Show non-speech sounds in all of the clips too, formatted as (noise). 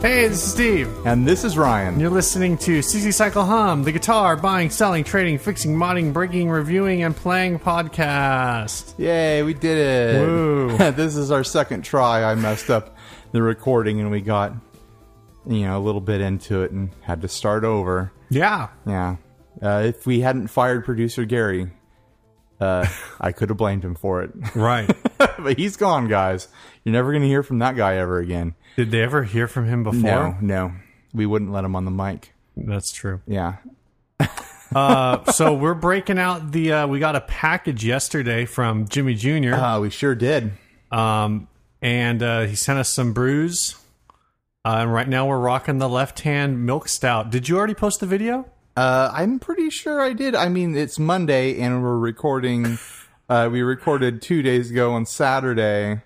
Hey, this is Steve. And this is Ryan. You're listening to CC Cycle Hum, the guitar buying, selling, trading, fixing, modding, breaking, reviewing, and playing podcast. Yay, we did it. Woo. (laughs) this is our second try. I messed up the recording and we got, you know, a little bit into it and had to start over. Yeah, Yeah. Uh, if we hadn't fired producer Gary, uh, I could have blamed him for it. (laughs) right. but he's gone, guys. You're never going to hear from that guy ever again. Did they ever hear from him before? No, no. We wouldn't let him on the mic. That's true. Yeah. Uh, so we're breaking out the. Uh, we got a package yesterday from Jimmy Jr. Uh, we sure did. Um, and uh, he sent us some brews. Uh, and right now we're rocking the left hand milk stout. Did you already post the video? Uh, I'm pretty sure I did. I mean, it's Monday and (laughs) we're recording. Uh, we recorded two days ago on Saturday,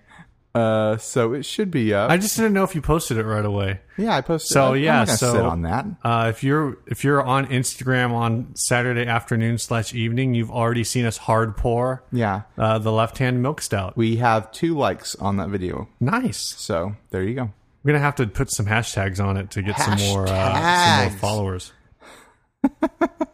uh, so it should be up. I just didn't know if you posted it right away. yeah, I posted. So, I, I'm yeah, not gonna so- sit on that. Uh, if you're if you're on Instagram on Saturday afternoon slash evening, you've already seen us hard pour Yeah, uh, the left hand milk stout. we have two likes on that video. Nice. So there you go. We're gonna have to put some hashtags on it to get some more uh, some more Hashtags. followers.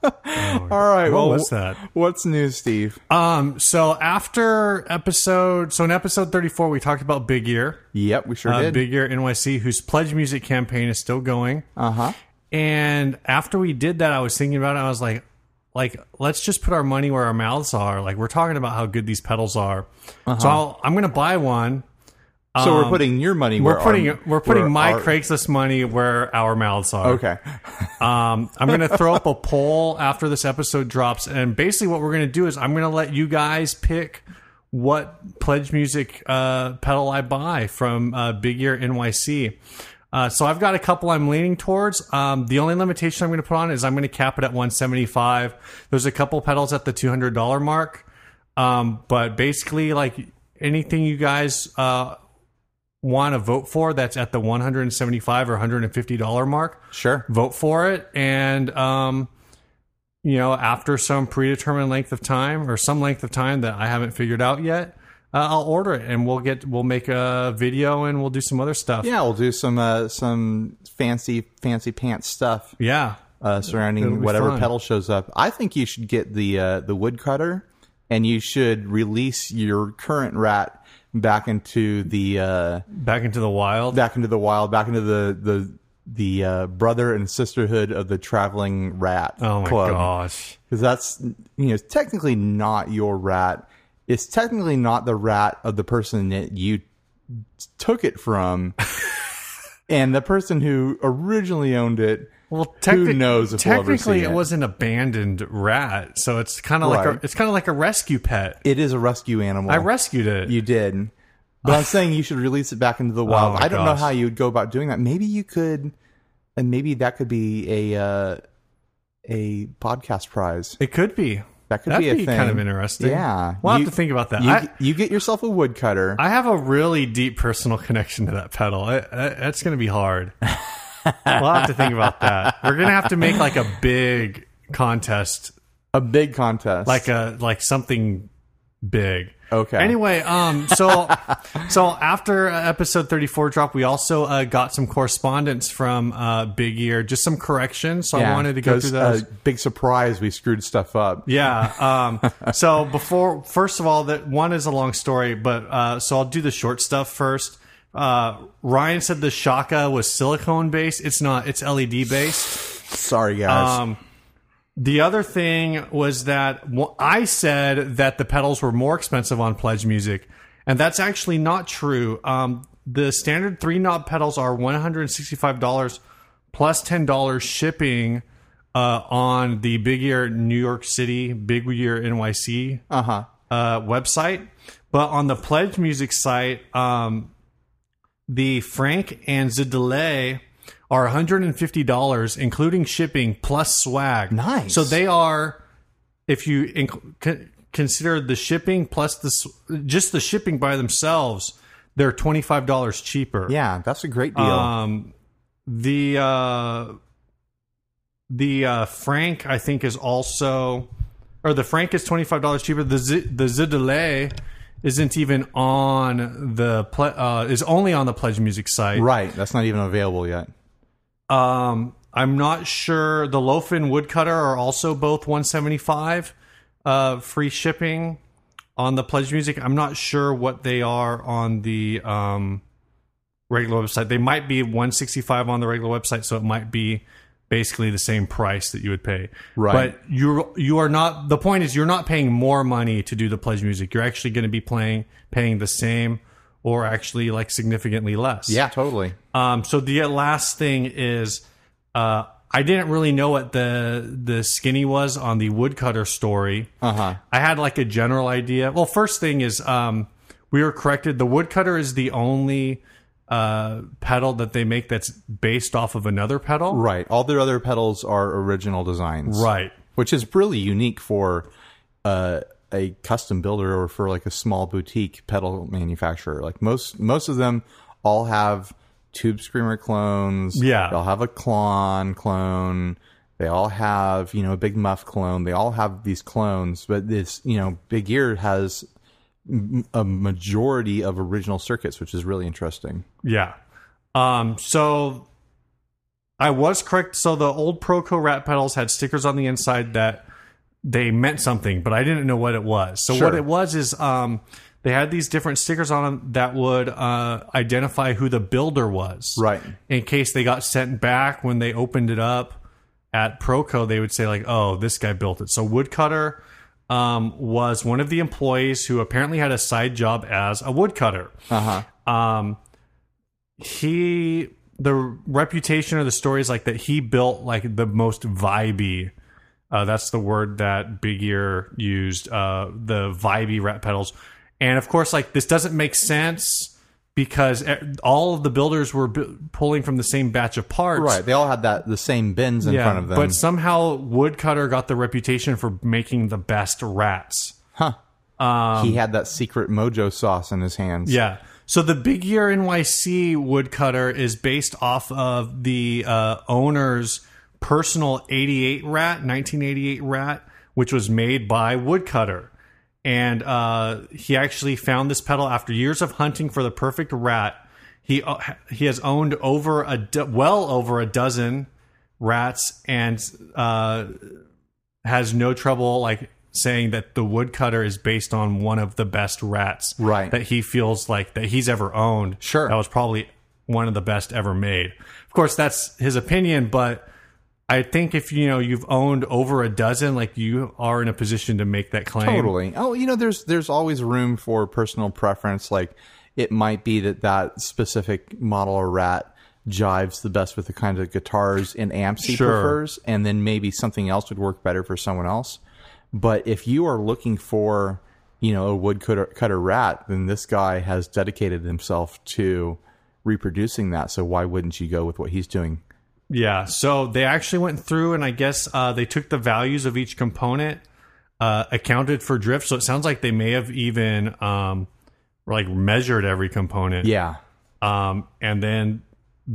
All right. What well, was that? What's new, Steve? Um. So after episode, so in episode thirty four, we talked about Big Ear, yep, we sure uh, did. Big Ear NYC, whose pledge music campaign is still going. Uh huh. And after we did that, I was thinking about it. I was like, like let's just put our money where our mouths are. Like we're talking about how good these pedals are. Uh-huh. So I'll, I'm going to buy one. So we're putting your money. um, We're where our- putting we're putting where my our- Craigslist money where our mouths are. Okay. Um, I'm going to throw up a poll after this episode drops, and basically what we're going to do is I'm going to let you guys pick what pledge music uh, pedal I buy from uh, Big Ear NYC. Uh, so I've got a couple I'm leaning towards. Um, the only limitation I'm going to put on is I'm going to cap it at 175. There's a couple pedals at the $200 mark, um, but basically like anything you guys uh, want to vote for that's at the 175 or 150 dollar mark (laughs) Sure. vote for it and um you know after some predetermined length of time or some length of time that i haven't figured out yet uh, i'll order it and we'll get we'll make a video and we'll do some other stuff Yeah, we'll do some uh, some fancy fancy pants stuff. yeah uh, It'll surrounding be whatever fun. pedal shows up. I think you should get the uh, the woodcutter, and you should release your current rat back into the uh, back into the wild back into the wild, back into the the the uh, brother and sisterhood of the traveling rat oh my club. gosh Because that's you know technically not your rat. It's technically not the rat of the person that you took it (laughs) from. And the person who originally owned it well technic- knows if we'll ever see technically it it. was an abandoned rat so it's kind of like a, Right. it's kind of like a rescue pet It is a rescue animal. i rescued it you did. But I'm saying you should release it back (laughs) into the wild. Oh my I don't know gosh. how you would go about doing that. Maybe you could, and maybe that could be a uh, a podcast prize. it could be That could That'd be a thing. kind of interesting Yeah, we'll You- have to think about that You, I- you get yourself a woodcutter. I have a really deep personal connection to that pedal. I, I, that's going to be (laughs) hard. we'll have to think about that. We're going to have to make like a big contest, a big contest. like uh, a like something big. okay. Anyway, um, (laughs) so so after uh, episode thirty four drop, we also uh, got some correspondence from uh, Big Ear, just some corrections. So I Yeah, wanted to go 'cause, through those. uh, big surprise. We screwed stuff up. Yeah. Um, so before, first of all, that one is a long story, but uh, so I'll do the short stuff first. Uh, Ryan said the Shaka was silicone based. It's not. It's LED based. Sorry, guys. Um, the other thing was that wh- I said that the pedals were more expensive on Pledge Music, and that's actually not true. Um, the standard three knob pedals are one hundred and sixty five dollars plus ten dollars shipping uh, on the Big Ear New York City Big Ear NYC uh-huh. uh, website, but on the Pledge Music site, um, the Frank and the delay are $150, including shipping plus swag. Nice. So they are, if you inc- con- consider the shipping plus the s- just the shipping by themselves, they're $25 cheaper. Yeah, that's a great deal. Um, the uh, the uh, Frank I think is also or the Frank is twenty five dollars cheaper. The Z, the Zidelay isn't even on the ple- uh, is only on the Pledge Music site. Right. That's not even available yet. Um, I'm not sure. The Loaf and Woodcutter are also both 175 uh, free shipping on the Pledge Music. I'm not sure what they are on the um, regular website. They might be 165 on the regular website, so it might be basically the same price that you would pay. Right. But you you are not. The point is, you're not paying more money to do the Pledge Music. You're actually going to be playing paying the same. Or actually, like significantly less. Yeah, totally. Um, so the last thing is, uh, I didn't really know what the the skinny was on the woodcutter story. Uh huh. I had like a general idea. Well, first thing is, um, we were corrected. The woodcutter is the only uh, pedal that they make that's based off of another pedal. Right. All their other pedals are original designs. Right. Which is really unique for uh, a custom builder or for like a small boutique pedal manufacturer. Like most most of them all have tube screamer clones. Yeah. They'll have a clone clone. They all have, you know, a big muff clone. They all have these clones, but this, you know, Big Ear has m- a majority of original circuits, which is really interesting. Yeah. Um, so I was correct. So the old Proco Rat pedals had stickers on the inside that they meant something, but I didn't know what it was. So Sure. what it was is um, they had these different stickers on them that would uh, identify who the builder was, Right. In case they got sent back when they opened it up at Proco, they would say like, "Oh, this guy built it." So woodcutter um, was one of the employees who apparently had a side job as a woodcutter Uh um he the reputation of the story is like that he built like the most vibey uh that's the word that big ear used uh the vibey rat pedals and of course like this doesn't make sense because eh, all of the builders were bu- pulling from the same batch of parts Right. They all had that the same bins in yeah, front of them. but somehow woodcutter got the reputation for making the best rats Huh. um, he had that secret mojo sauce in his hands. Yeah. So the Big Year NYC woodcutter is based off of the uh, owner's personal 88 rat, 1988 rat, which was made by woodcutter. And uh, he actually found this pedal after years of hunting for the perfect rat. He uh, he has owned over a do- well over a dozen rats and uh, has no trouble like saying that the woodcutter is based on one of the best rats Right. that he feels like that he's ever owned Sure. that was probably one of the best ever made of course that's his opinion but i think if you know you've owned over a dozen like you are in a position to make that claim Totally. Oh, you know, there's there's always room for personal preference. Like it might be that that specific model or rat jives the best with the kind of guitars and amps he Sure. prefers, and then maybe something else would work better for someone else. But if you are looking for, you know, a woodcutter cutter rat, then this guy has dedicated himself to reproducing that. So why wouldn't you go with what he's doing? Yeah. So they actually went through and I guess uh, they took the values of each component, uh, accounted for drift. So it sounds like they may have even um, like measured every component Yeah. um, and then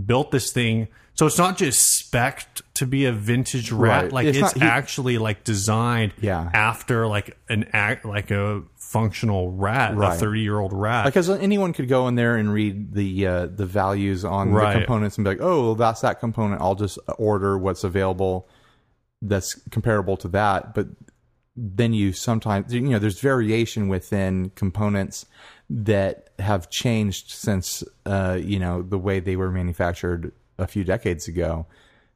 built this thing. So it's not just spec'd to be a vintage rat. Right. Like it's, It's not- he- actually like designed Yeah. after like an act, like a functional rat, a Right. 30 year old rat. because anyone could go in there and read the uh, the values on Right. the components and be like, oh, well, that's that component. I'll just order what's available that's comparable to that. But then you sometimes you know there's variation within components that have changed since uh, you know the way they were manufactured a few decades ago.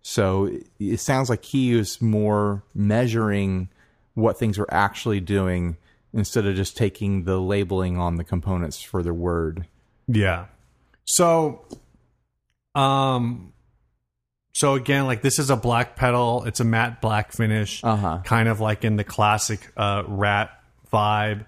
So it- it sounds like he was more measuring what things were actually doing instead of just taking the labeling on the components for the word. Yeah. So, um, so again, like this is a black pedal. It's a matte black finish, Uh-huh. kind of like in the classic uh, Rat vibe,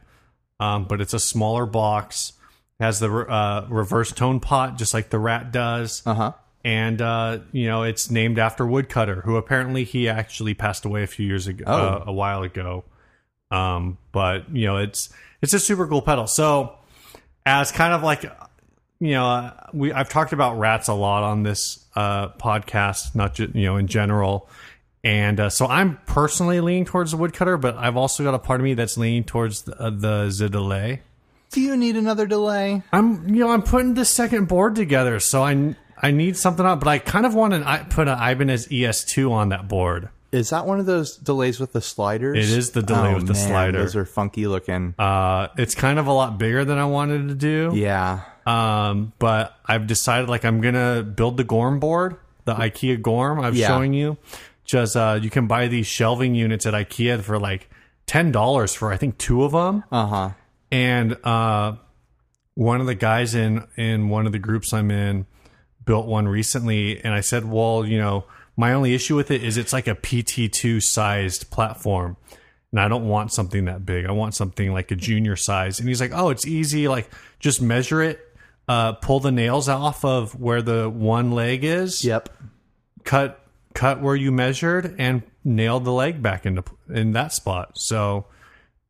um, but it's a smaller box. Has the re- uh, reverse tone pot, just like the Rat does, Uh huh. and uh, you know it's named after Woodcutter, who apparently he actually passed away a few years ago, uh, a while ago. Um, but you know it's it's a super cool pedal. So as kind of like you know uh, we I've talked about rats a lot on this uh, podcast, not just you know in general, And uh, so I'm personally leaning towards the woodcutter, but I've also got a part of me that's leaning towards the, uh, the Zidale. Do you need another delay? I'm you know I'm putting the second board together, so I I need something up, but I kind of want to I- put an Ibanez ES2 on that board. Is that one of those delays with the sliders? It is the delay Oh, with the man, slider. Those are funky looking. Uh, it's kind of a lot bigger than I wanted to do. yeah. Um, but I've decided like I'm gonna build the Gorm board, the IKEA Gorm I was Yeah. showing you. Just uh, you can buy these shelving units at IKEA for like ten dollars for I think two of them. Uh huh. and uh, one of the guys in in one of the groups I'm in built one recently, and I said, "Well, you know, my only issue with it is it's like a PT2 sized platform, and I don't want something that big. I want something like a junior size." And he's like, "Oh, it's easy. Like just measure it." Uh, pull the nails off of where the one leg is. Yep. Cut cut where you measured and nail the leg back into in that spot. So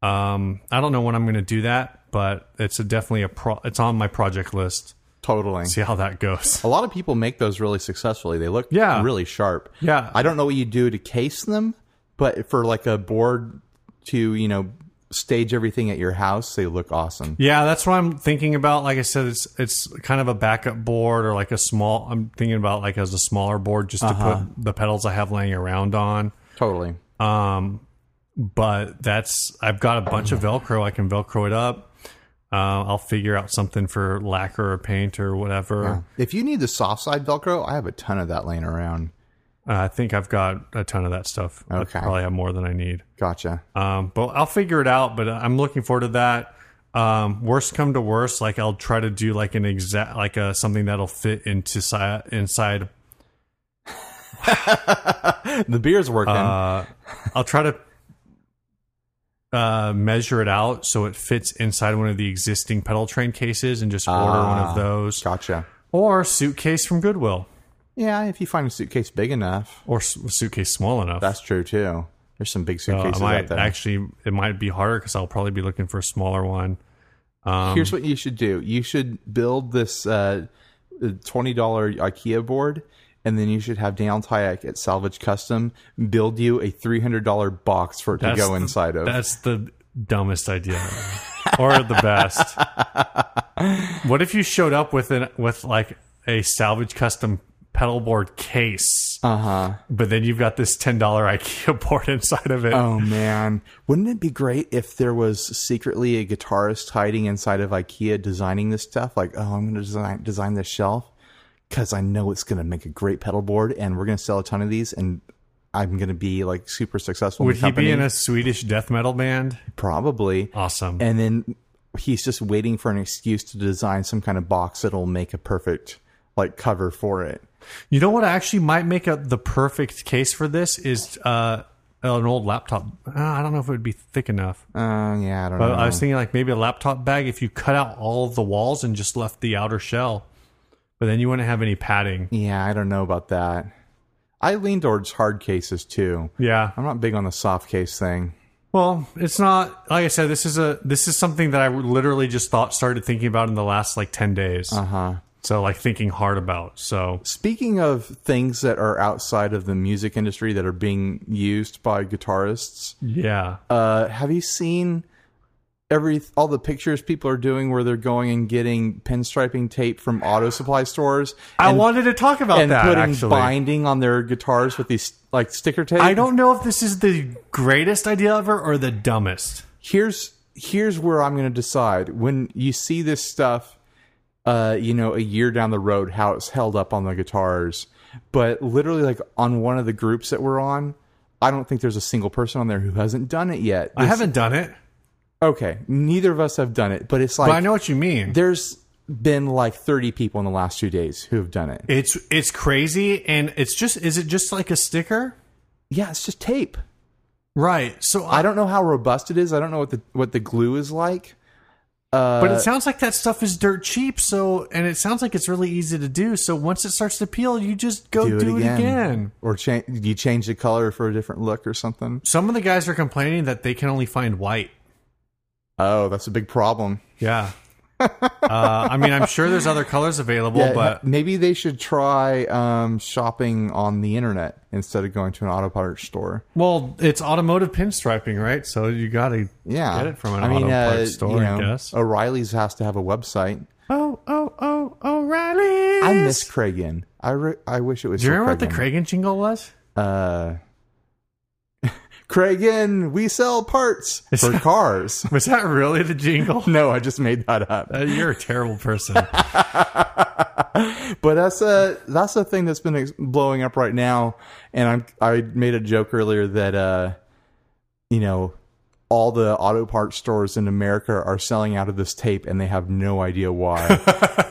um, I don't know when I'm going to do that, but it's a definitely a pro. It's on my project list. Totally. See how that goes. A lot of people make those really successfully. They look Yeah. really sharp. Yeah. I don't know what you do to case them, but for like a board to, you know, stage everything at your house, they look awesome. Yeah, that's what I'm thinking about. Like I said, it's it's kind of a backup board or like a small. I'm thinking about like as a smaller board just to put the pedals I have laying around on. Totally. But that's I've got a bunch of Velcro. I can Velcro it up. Uh, I'll figure out something for lacquer or paint or whatever. If you need the soft side Velcro, I have a ton of that laying around. Uh, I think I've got a ton of that stuff. Okay. I probably have more than I need. Gotcha. Um, but I'll figure it out. But I'm looking forward to that. Um, worst come to worst, like I'll try to do like an exact, like a something that'll fit into si- inside. The beer's working. Uh, I'll try to uh, measure it out so it fits inside one of the existing pedal train cases and just order one Ah, of those, gotcha. or suitcase from Goodwill, Yeah, if you find a suitcase big enough, or s- suitcase small enough. that's true too. There's some big Uh, I suitcases out might there. actually, it might be harder because I'll probably be looking for a smaller one. Here's Um, what you should do. You should build this uh, twenty dollar IKEA board, and then you should have Dan Tyack at Salvage Custom build you a three hundred dollar box for it to That's go the- inside of. That's the dumbest idea, or the (laughs) best. What if you showed up with an with like a salvage custom pedal board case, Uh huh. but then you've got this ten dollar IKEA board inside of it? Oh man, wouldn't it be great if there was secretly a guitarist hiding inside of IKEA designing this stuff? Like, oh, I'm going to design design this shelf because I know it's going to make a great pedal board, and we're going to sell a ton of these, and I'm going to be like super successful. Would in the he be in company. a Swedish death metal band? probably? Awesome. and then he's just waiting for an excuse to design some kind of box that'll make a perfect like cover for it. You know what actually might make a, the perfect case for this is uh, an old laptop. Uh, I don't know if it would be thick enough. Uh, yeah, I don't know. I was thinking like maybe a laptop bag if you cut out all of the walls and just left the outer shell, but then you wouldn't have any padding. yeah, I don't know about that. I lean towards hard cases too. Yeah. I'm not big on the soft case thing. Well, it's not like I said. This is a this is something that I literally just thought started thinking about in the last like ten days. Uh Uh-huh. huh. So like thinking hard about. So Speaking of things that are outside of the music industry that are being used by guitarists, yeah. uh, have you seen every all the pictures people are doing where they're going and getting pinstriping tape from auto supply stores I and wanted to talk about and that putting actually. binding on their guitars with these like sticker tape. I don't know if this is the greatest idea ever or the dumbest. Here's here's where I'm going to decide when you see this stuff. Uh, you know, a year down the road, how it's held up on the guitars. But literally, like on one of the groups that we're on, I don't think there's a single person on there who hasn't done it yet. I haven't done it, Okay, neither of us have done it, but it's like but I know what you mean. there's been like 30 people in the last two days who have done it. It's it's crazy, and it's just is it just like a sticker? Yeah, it's just tape. Right. So I don't know how robust it is. I don't know what the what the glue is like. But Uh, it sounds like that stuff is dirt cheap. So, and it sounds like it's really easy to do. So once it starts to peel, you just go Oh, do, it, again. Or change you change the color for a different look or something. Some of the guys are complaining that they can only find white. (laughs) Oh, that's a big problem. Yeah. Uh, I mean, I'm sure there's other colors available, Yeah, but maybe they should try um, shopping on the internet instead of going to an auto parts store. well, it's automotive pinstriping, right? So you got to Yeah, get it from an I mean, auto uh, parts store, You I know, guess. O'Reilly's has to have a website. Oh, oh, oh, O'Reilly. I miss Kragen. I re- I wish it was. Do you still remember what the Kragen. Kragen jingle was? uh, (laughs) Kragen, we sell parts for cars. (laughs) Was that really the jingle? no, I just made that up. Uh, you're a terrible person. But that's a that's a thing that's been ex- blowing up right now. And I'm I made a joke earlier that uh, you know, all the auto parts stores in America are selling out of this tape, and they have no (laughs) idea why.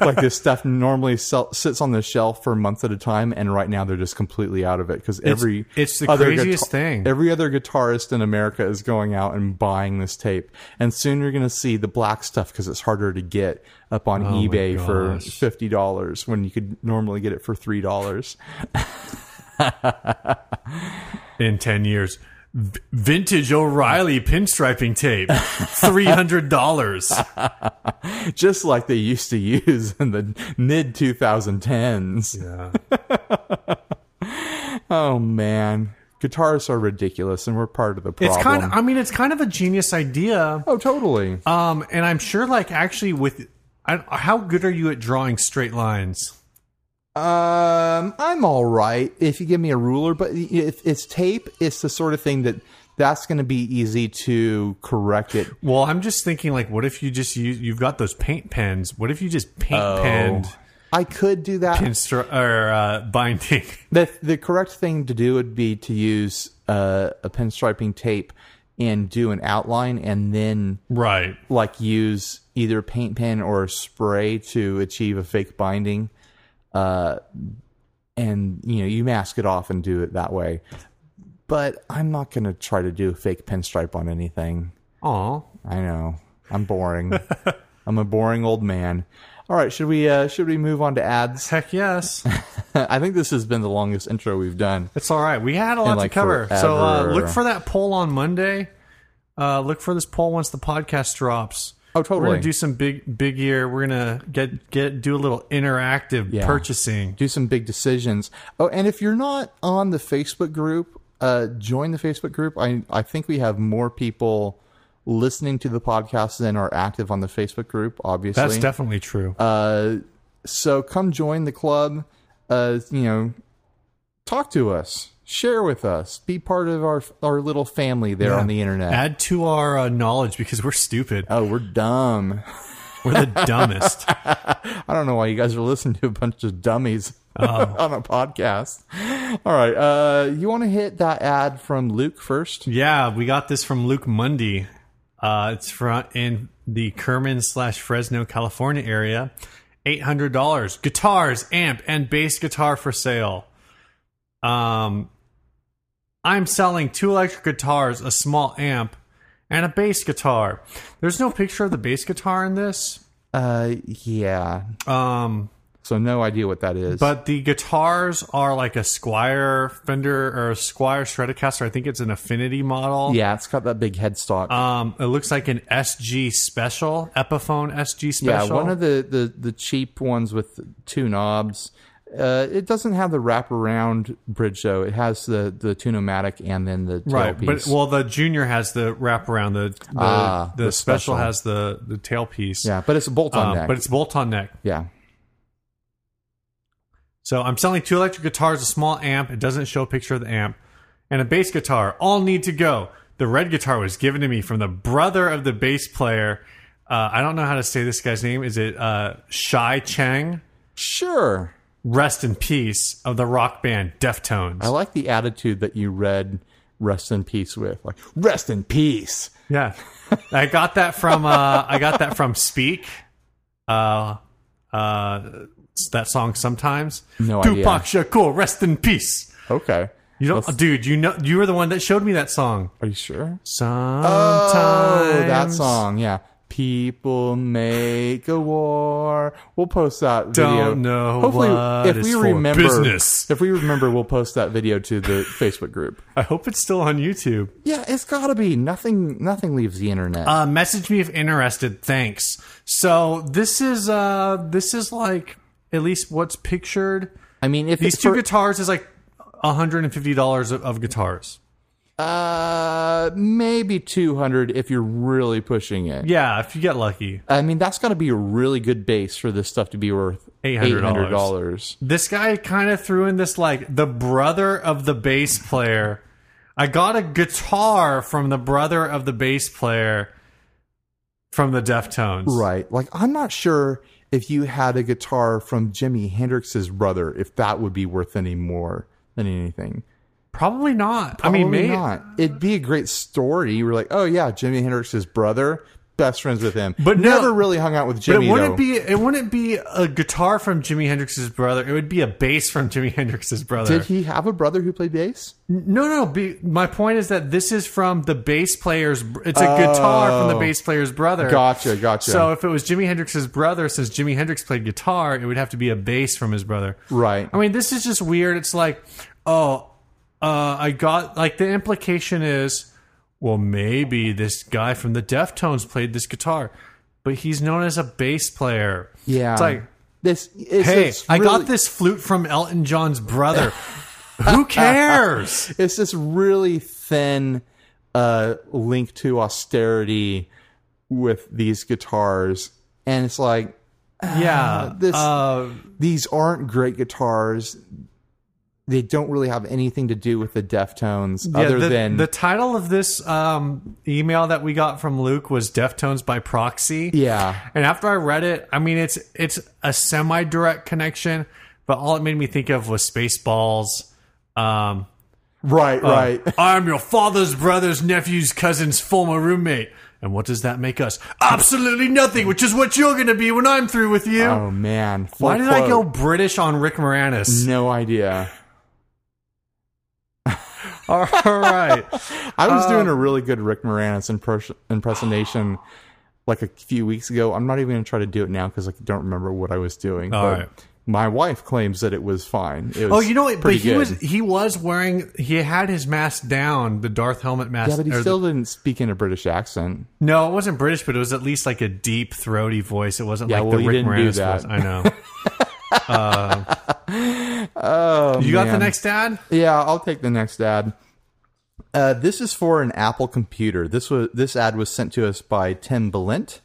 like this stuff normally sell, sits on the shelf for months at a time, and right now they're just completely out of it because every it's the other craziest thing. Every other guitarist in America is going out and buying this tape, and soon you're going to see the black stuff because it's harder to get up on eBay for Oh gosh. fifty dollars when you could normally get it for three dollars. (laughs) In 10 years, v- vintage O'Reilly pinstriping tape, $300. just like they used to use in the mid 2010s. Yeah. (laughs) Oh man, guitarists are ridiculous, and we're part of the problem. It's kind of, I mean, it's kind of a genius idea. oh totally. Um, and I'm sure, like, actually, with I, how good are you at drawing straight lines? Um, I'm all right if you give me a ruler, but if it's tape, it's the sort of thing that that's going to be easy to correct it. Well, I'm just thinking, like, what if you just use, you've got those paint pens. What if you just paint penned I could do that. instru- or uh, binding? (laughs) The the correct thing to do would be to use uh, a pinstriping tape and do an outline, and then right. like use either a paint pen or a spray to achieve a fake binding uh and you know you mask it off and do it that way but i'm not going to try to do a fake pinstripe on anything Aw. i know i'm (laughs) boring i'm a boring old man all right should we uh should we move on to ads (laughs) Heck yes. i think this has been the longest intro we've done It's all right. We had a lot like, to cover. So uh, forever. look for that poll on Monday. Uh, look for this poll once the podcast drops. oh We're totally gonna do do, some big big year. We're gonna get get do a little interactive Yeah. purchasing. some big decisions oh and if you're not on the facebook group uh join the facebook group i i think we have more people listening to the podcast than are active on the facebook group obviously That's definitely true. Uh, so come join the club. Uh, you know, talk to us, share with us, be part of our our little family there on the internet. Add to our uh, knowledge because we're stupid. oh, we're dumb. We're (laughs) the dumbest. I don't know why you guys are listening to a bunch of dummies (laughs) on a podcast. All right, uh, you want to hit that ad from Luke first? Yeah, we got this from Luke Mundy. Uh, it's from in the Kerman slash Fresno, California area. Eight hundred dollars. Guitars, amp, and bass guitar for sale. Um, I'm selling two electric guitars, a small amp, and a bass guitar. There's no picture of the bass guitar in this. Uh, yeah. Um, So no idea what that is. but the guitars are like a Squire Fender or a Squire Stratocaster. I think it's an Affinity model. yeah, it's got that big headstock. Um, it looks like an SG special, Epiphone SG Yeah, special. one of the, the, the cheap ones with two knobs. Uh, it doesn't have the wraparound bridge though. It has the the tunomatic and then the right, tailpiece. but well, the junior has the wraparound. The the, Ah, the, the special, special. has the the tailpiece. yeah, but it's a bolt on um, neck. but it's bolt on neck. yeah, So I'm selling two electric guitars, a small amp. It doesn't show a picture of the amp, and a bass guitar. All need to go. The red guitar was given to me from the brother of the bass player. Uh, I don't know how to say this guy's name. Is it uh, Shai Chang? sure. Rest in peace of the rock band Deftones. I like the attitude that you read "Rest in Peace" with, like "Rest in Peace." Yeah, I got that from uh, I got that from Speak. Uh, uh, that song sometimes. No Tupac Shakur, rest in peace. Okay, You don't, dude. You know, you were the one that showed me that song. are you sure? Sometimes Oh, that song. Yeah, People make a war. We'll post that Don't video. know Hopefully, what if it's we for. remember, Business. if we remember, we'll post that video (laughs) to the Facebook group. I hope it's still on YouTube. Yeah, it's gotta be. Nothing, nothing leaves the internet. Uh, message me if interested. Thanks. So this is uh this is like at least what's pictured. I mean, if These it's two for- guitars is like hundred and fifty dollars of, of guitars. uh, maybe two hundred if you're really pushing it. Yeah, if you get lucky. I mean, that's got to be a really good base for this stuff to be worth $800. $800. This guy kind of threw in this like the brother of the bass player. I got a guitar from the brother of the bass player from the Deftones. Right. Like, I'm not sure if you had a guitar from Jimi Hendrix's brother, if that would be worth any more than anything. Probably not. I mean, Probably maybe not. It'd be a great story. You were like, oh, yeah, Jimi Hendrix's brother, best friends with him. But no- never really hung out with But Jimmy. it though. wouldn't be it wouldn't be a guitar from Jimi Hendrix's brother. It would be a bass from Jimi Hendrix's brother. Did he have a brother who played bass? no, no. Be, my point is that this is from the bass player's. br- It's a guitar from the bass player's brother. Oh. Gotcha, gotcha. So if it was Jimi Hendrix's brother, since Jimi Hendrix played guitar, it would have to be a bass from his brother. Right. I mean, this is just weird. It's like, oh, uh, I got like the implication is, well, maybe this guy from the Deftones played this guitar, but he's known as a bass player. yeah. It's like, this. It's, hey, it's I really- got this flute from Elton John's brother. (laughs) Who (laughs) cares? it's this really thin uh, link to austerity with these guitars, and it's like yeah, this- uh, these aren't great guitars. They don't really have anything to do with the Deftones, yeah, other the, than the title of this um, email that we got from Luke was "Deftones by Proxy." yeah, And after I read it, I mean it's it's a semi direct connection, but all it made me think of was Spaceballs. Um, right, (laughs) right. I'm your father's brother's nephew's cousin's former roommate. And what does that make us? Absolutely nothing, which is what you're going to be when I'm through with you. Oh man, Full Why did I go quote. British on Rick Moranis? (laughs) No idea. All (laughs) right. I was doing Uh, a really good Rick Moranis impres- impersonation like a few weeks ago. I'm not even going to try to do it now because I don't remember what I was doing. All but right. My wife claims that it was fine. It was Oh, you know what? But pretty he good. was he was wearing he had his mask down, the Darth helmet mask. yeah, but he or the- still didn't speak in a British accent. No, it wasn't British, but it was at least like a deep, throaty voice. It wasn't like well, the you Rick didn't do Moranis that. voice. I know. (laughs) uh, you Oh, got the next ad? Yeah, I'll take the next ad. Uh, this is for an Apple computer. This was this ad was sent to us by Tim Belint.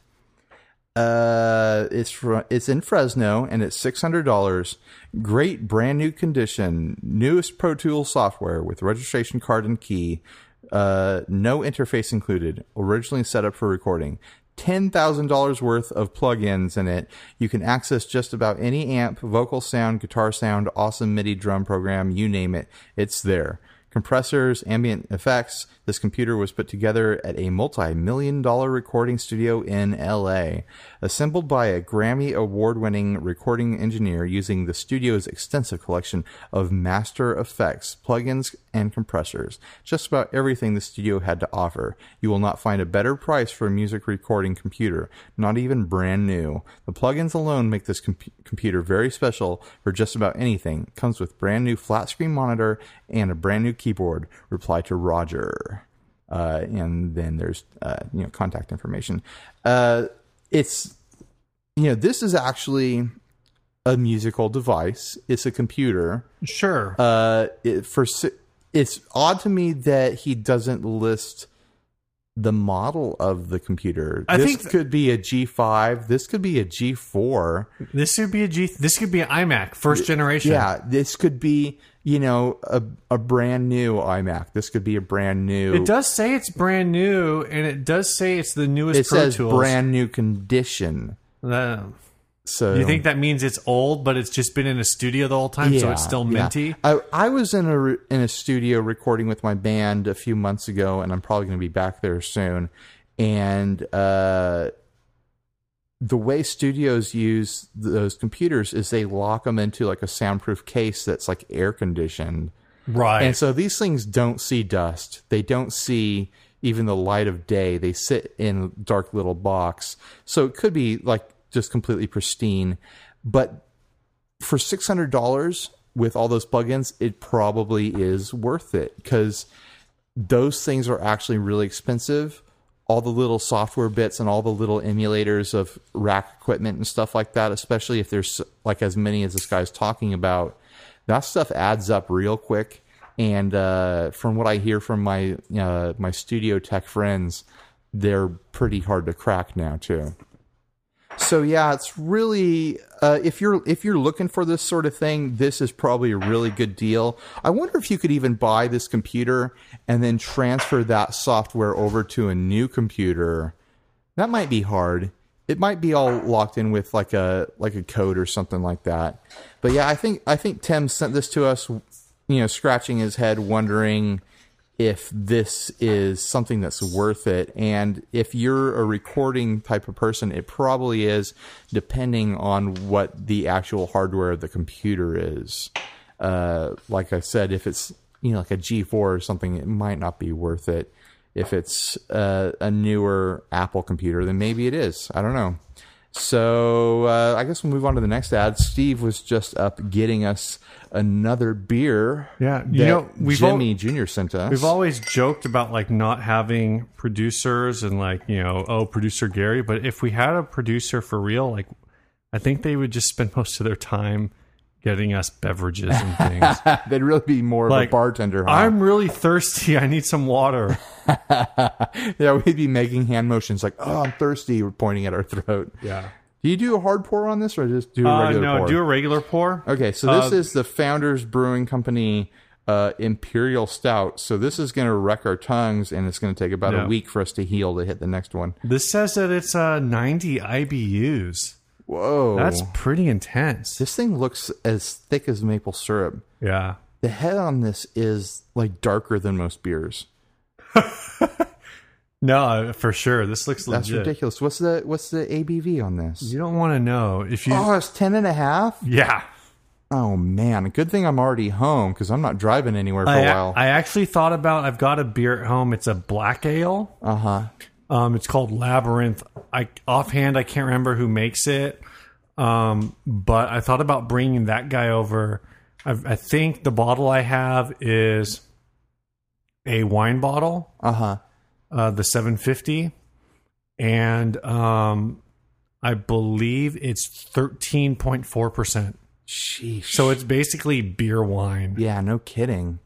Uh, it's from it's in Fresno and it's six hundred dollars. Great brand new condition, newest Pro Tools software with registration card and key. Uh, no interface included. Originally set up for recording. Ten thousand dollars worth of plugins in it. You can access just about any amp, vocal sound, guitar sound, awesome MIDI drum program, you name it. It's there compressors, ambient effects. This computer was put together at a multi million dollar recording studio in LA, assembled by a Grammy award winning recording engineer using the studio's extensive collection of master effects, plugins, and compressors. Just about everything the studio had to offer. You will not find a better price for a music recording computer, not even brand new. The plugins alone make this comp- computer very special for just about anything. It comes with brand new flat screen monitor and a brand new keyboard. Reply to Roger. Uh, and then there's uh, you know contact information. Uh, it's you know this is actually a musical device. It's a computer Sure. uh, it, for si- it's odd to me that he doesn't list the model of the computer. I this think th- could be a G5. This could be a G4. this could be a G. This could be an iMac, first generation. Yeah, this could be you know a a brand new iMac. This could be a brand new. It does say it's brand new, and it does say it's the newest It Pro says Tools. brand new condition. Uh, So you think that means it's old, but it's just been in a studio the whole time, so it's still yeah. minty? I, I was in a re- in a studio recording with my band a few months ago, and I'm probably going to be back there soon. And uh, the way studios use those computers is they lock them into like a soundproof case that's like air conditioned, Right. and so these things don't see dust. They don't see even the light of day. They sit in a dark little box. So it could be like just completely pristine. But for six hundred dollars with all those plugins, it probably is worth it because those things are actually really expensive. All the little software bits and all the little emulators of rack equipment and stuff like that, especially if there's like as many as this guy's talking about, that stuff adds up real quick. And uh, from what I hear from my uh, my studio tech friends, they're pretty hard to crack now too. So yeah, it's really uh, if you're if you're looking for this sort of thing, this is probably a really good deal. I wonder if you could even buy this computer and then transfer that software over to a new computer. That might be hard. It might be all locked in with like a like a code or something like that. But yeah, I think I think Tim sent this to us, you know, scratching his head, wondering if this is something that's worth it. And if you're a recording type of person, it probably is, depending on what the actual hardware of the computer is. Uh, like I said, if it's you know like a G4 or something, it might not be worth it. If it's uh, a newer Apple computer, then maybe it is. I don't know. So uh, I guess we'll move on to the next ad. Steve was just up getting us another beer. Yeah, you that know, we've al- Jimmy Junior sent us. We've (laughs) always joked about like not having producers and like, you know, oh, producer Gary, but if we had a producer for real, like I think they would just spend (laughs) most of their time getting us beverages and (laughs) things. They'd really be more Like, of a bartender. Huh? I'm really thirsty. I need some (laughs) water. yeah, we'd be making hand motions like, "Oh, I'm thirsty." We're pointing at our throat. Yeah. Do you do a hard pour on this, or just do a Uh, regular no, pour? do a Uh, regular pour. okay, so this is the Founders Brewing Company uh, Imperial Stout. So this is going to wreck our tongues, and it's going to take about Yeah. a week for us to heal to hit the next one. This says that it's uh, 90 IBUs. Whoa, That's pretty intense. this thing looks as thick as maple syrup. Yeah. The head on this is like darker than most beers. No, uh, for sure. This looks That's legit. ridiculous. What's the what's the ABV on this? You don't want to know if you. Oh, it's ten and a half. yeah. Oh man, good thing I'm already home because I'm not driving anywhere for a I, while. I actually thought about. I've got a beer at home. It's a black ale. Uh huh. Um, it's called Labyrinth. I offhand I can't remember who makes it. Um, but I thought about bringing that guy over. i I think the bottle I have is a wine bottle, Uh huh. uh, the 750, and um, I believe it's 13.4 percent. Sheesh. So it's basically beer wine. yeah, no kidding.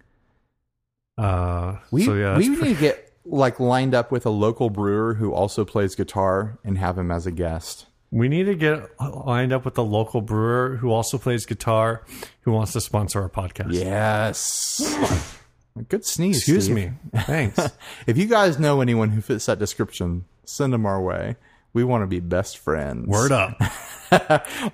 Uh, We so yeah, that's we need to get like lined up with a local brewer who also plays guitar and have him as a guest. We need to get lined up with the local brewer who also plays guitar, who wants to sponsor our podcast. Yes. (gasps) good sneeze. Excuse Steve. me. Thanks. If you guys know anyone who fits that description, send them our way. We want to be best (laughs) friends. Word up.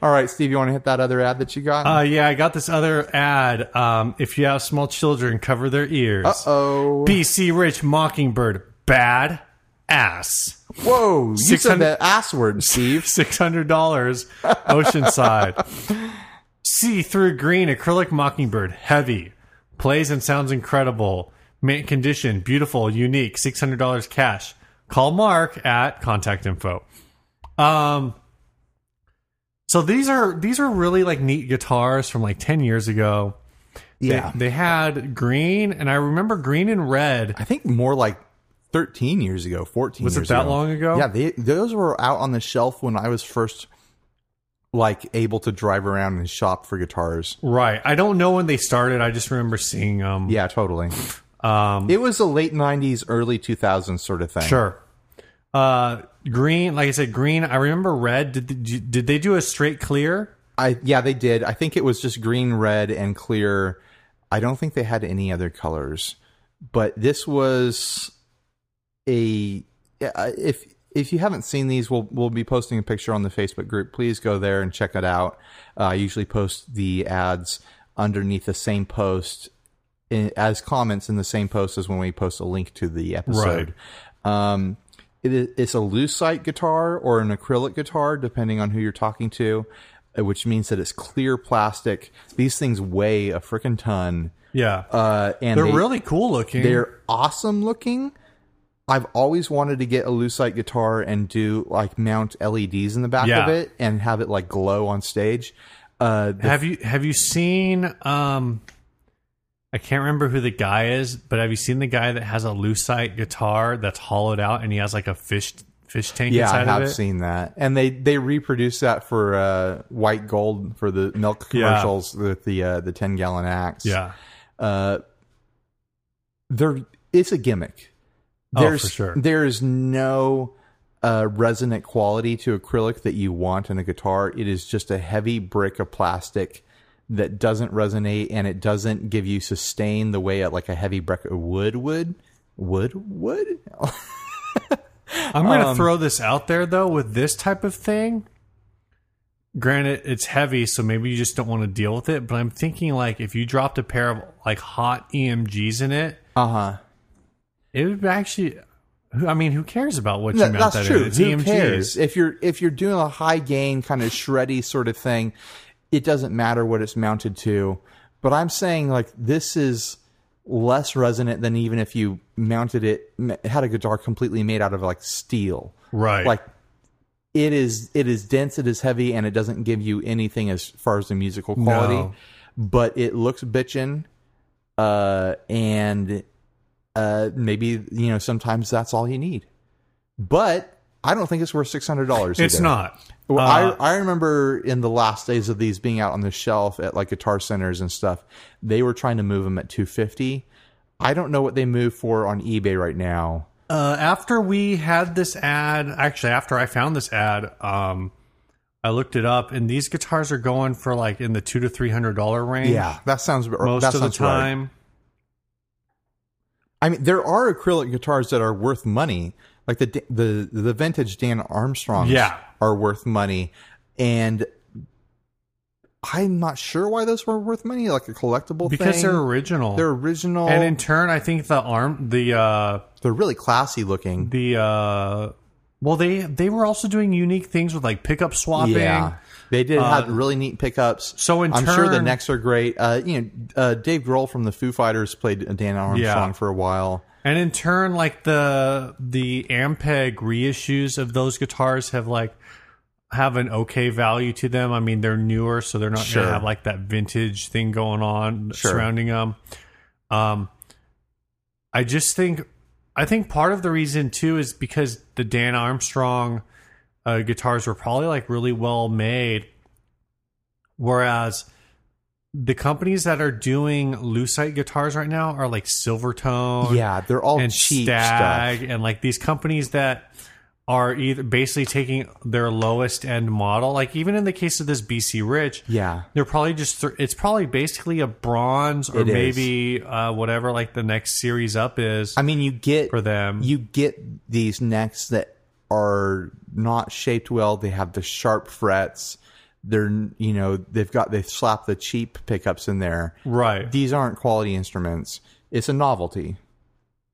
All right, Steve, you want to hit that other ad that you got? Uh, yeah, I got this other ad. Um, if you have small children, cover their ears. oh. BC Rich Mockingbird, bad ass. Whoa. You said 600 that ass (laughs) word, Steve. $600 Oceanside. See through green acrylic mockingbird, heavy. Plays and sounds incredible. Mint condition, beautiful, unique, $600 cash. Call Mark at contact info. Um so these are these are really like neat guitars from like 10 years ago. They- yeah. They, had green and I remember green and red. I think more like 13 years ago, 14 Was it years that ago. long ago? Yeah, they, those were out on the shelf when I was first like able to drive around and shop for guitars. Right. I don't know when they started. I just remember seeing um Yeah, totally. Um, it was a late 90s, early 2000s sort of thing. Sure. Uh, green, like I said, green. I remember red. Did they, did they do a straight clear? I yeah, they did. I think it was just green, red, and clear. I don't think they had any other colors. But this was a uh, if if you haven't seen these, we'll we'll be posting a picture on the Facebook group. Please go there and check it out. Uh, I usually post the ads underneath the same post in, as comments in the same post as when we post a link to the episode. Um, it is, it's a lucite guitar or an acrylic guitar, depending on who you're talking to, uh, which means that it's clear plastic. These things weigh a freaking ton. Yeah, Uh, and they're they- really cool looking. they're awesome looking. I've always wanted to get a Lucite guitar and do like mount LEDs in the back Yeah. of it and have it like glow on stage. Uh, the- Have you have you seen um I can't remember who the guy is, but have you seen the guy that has a lucite guitar that's hollowed out and he has like a fish fish tank yeah, inside I of have it? seen that, and they they reproduced that for uh, white gold for the milk Yeah. commercials with the uh, the ten gallon axe. yeah. uh, there it's a gimmick. Oh, for There's sure. there is no uh, resonant quality to acrylic that you want in a guitar. It is just a heavy brick of plastic that doesn't resonate and it doesn't give you sustain the way a, like a heavy brick of wood would. Wood wood. I'm going Um, to throw this out there though with this type of thing. Granted, it's heavy, so maybe you just don't want to deal with it. But I'm thinking like if you dropped a pair of like hot EMGs in it, Uh huh. it would actually. I mean, who cares about what you No, mount that's that in? true. It's E Who EMGs. cares if you're if you're doing a high gain kind of shreddy sort of thing? It doesn't matter what it's mounted to. But I'm saying like this is less resonant than even if you mounted it m- had a guitar completely made out of like steel. right? Like it is it is dense, it is heavy, and it doesn't give you anything as far as the musical quality. No. But it looks bitchin', uh, and uh, maybe you know sometimes that's all you need. But I don't think it's worth six hundred dollars. it's not. Well, Uh, I I remember in the last days of these being out on the shelf at like guitar centers and stuff. They were trying to move them at two fifty. I don't know what they move for on eBay right now. uh, after we had this ad, actually, after I found this ad, um, I looked it up, and these guitars are going for like in the two to three hundred dollar range. that sounds about- most that of the sounds right. time. I mean, there are acrylic guitars that are worth money, like the the the vintage Dan Armstrongs. Yeah. are worth money, and I'm not sure why those were worth money, like a collectible Because thing. they're original. they're original and in turn, I think the arm, the uh, they're really classy looking. the uh, well, they they were also doing unique things with like pickup swapping. Yeah, they did have really neat pickups. Uh, so in I'm sure the turn- necks are great. Uh, you know, uh, Dave Grohl from the Foo Fighters played a Dan Armstrong Yeah. for a while. And in turn, like the the Ampeg reissues of those guitars have like have an okay value to them. I mean, they're newer, so they're not Sure. gonna have like that vintage thing going on surrounding them. Um, I just think I think part of the reason too is because the Dan Armstrong uh, guitars were probably like really well made, whereas the companies that are doing lucite guitars right now are like Silvertone, Yeah, they're all Oh, and cheap Stag stuff. and like these companies that are either basically taking their lowest end model. Like even in the case of this BC Rich, Yeah, they're probably just th- it's probably basically a bronze or It is. maybe uh, whatever like the next series up is I mean, you get for them. you get these necks that are not shaped well. They have the sharp frets. They're you know they've got they slap the cheap pickups in there. right? These aren't quality instruments. It's a novelty.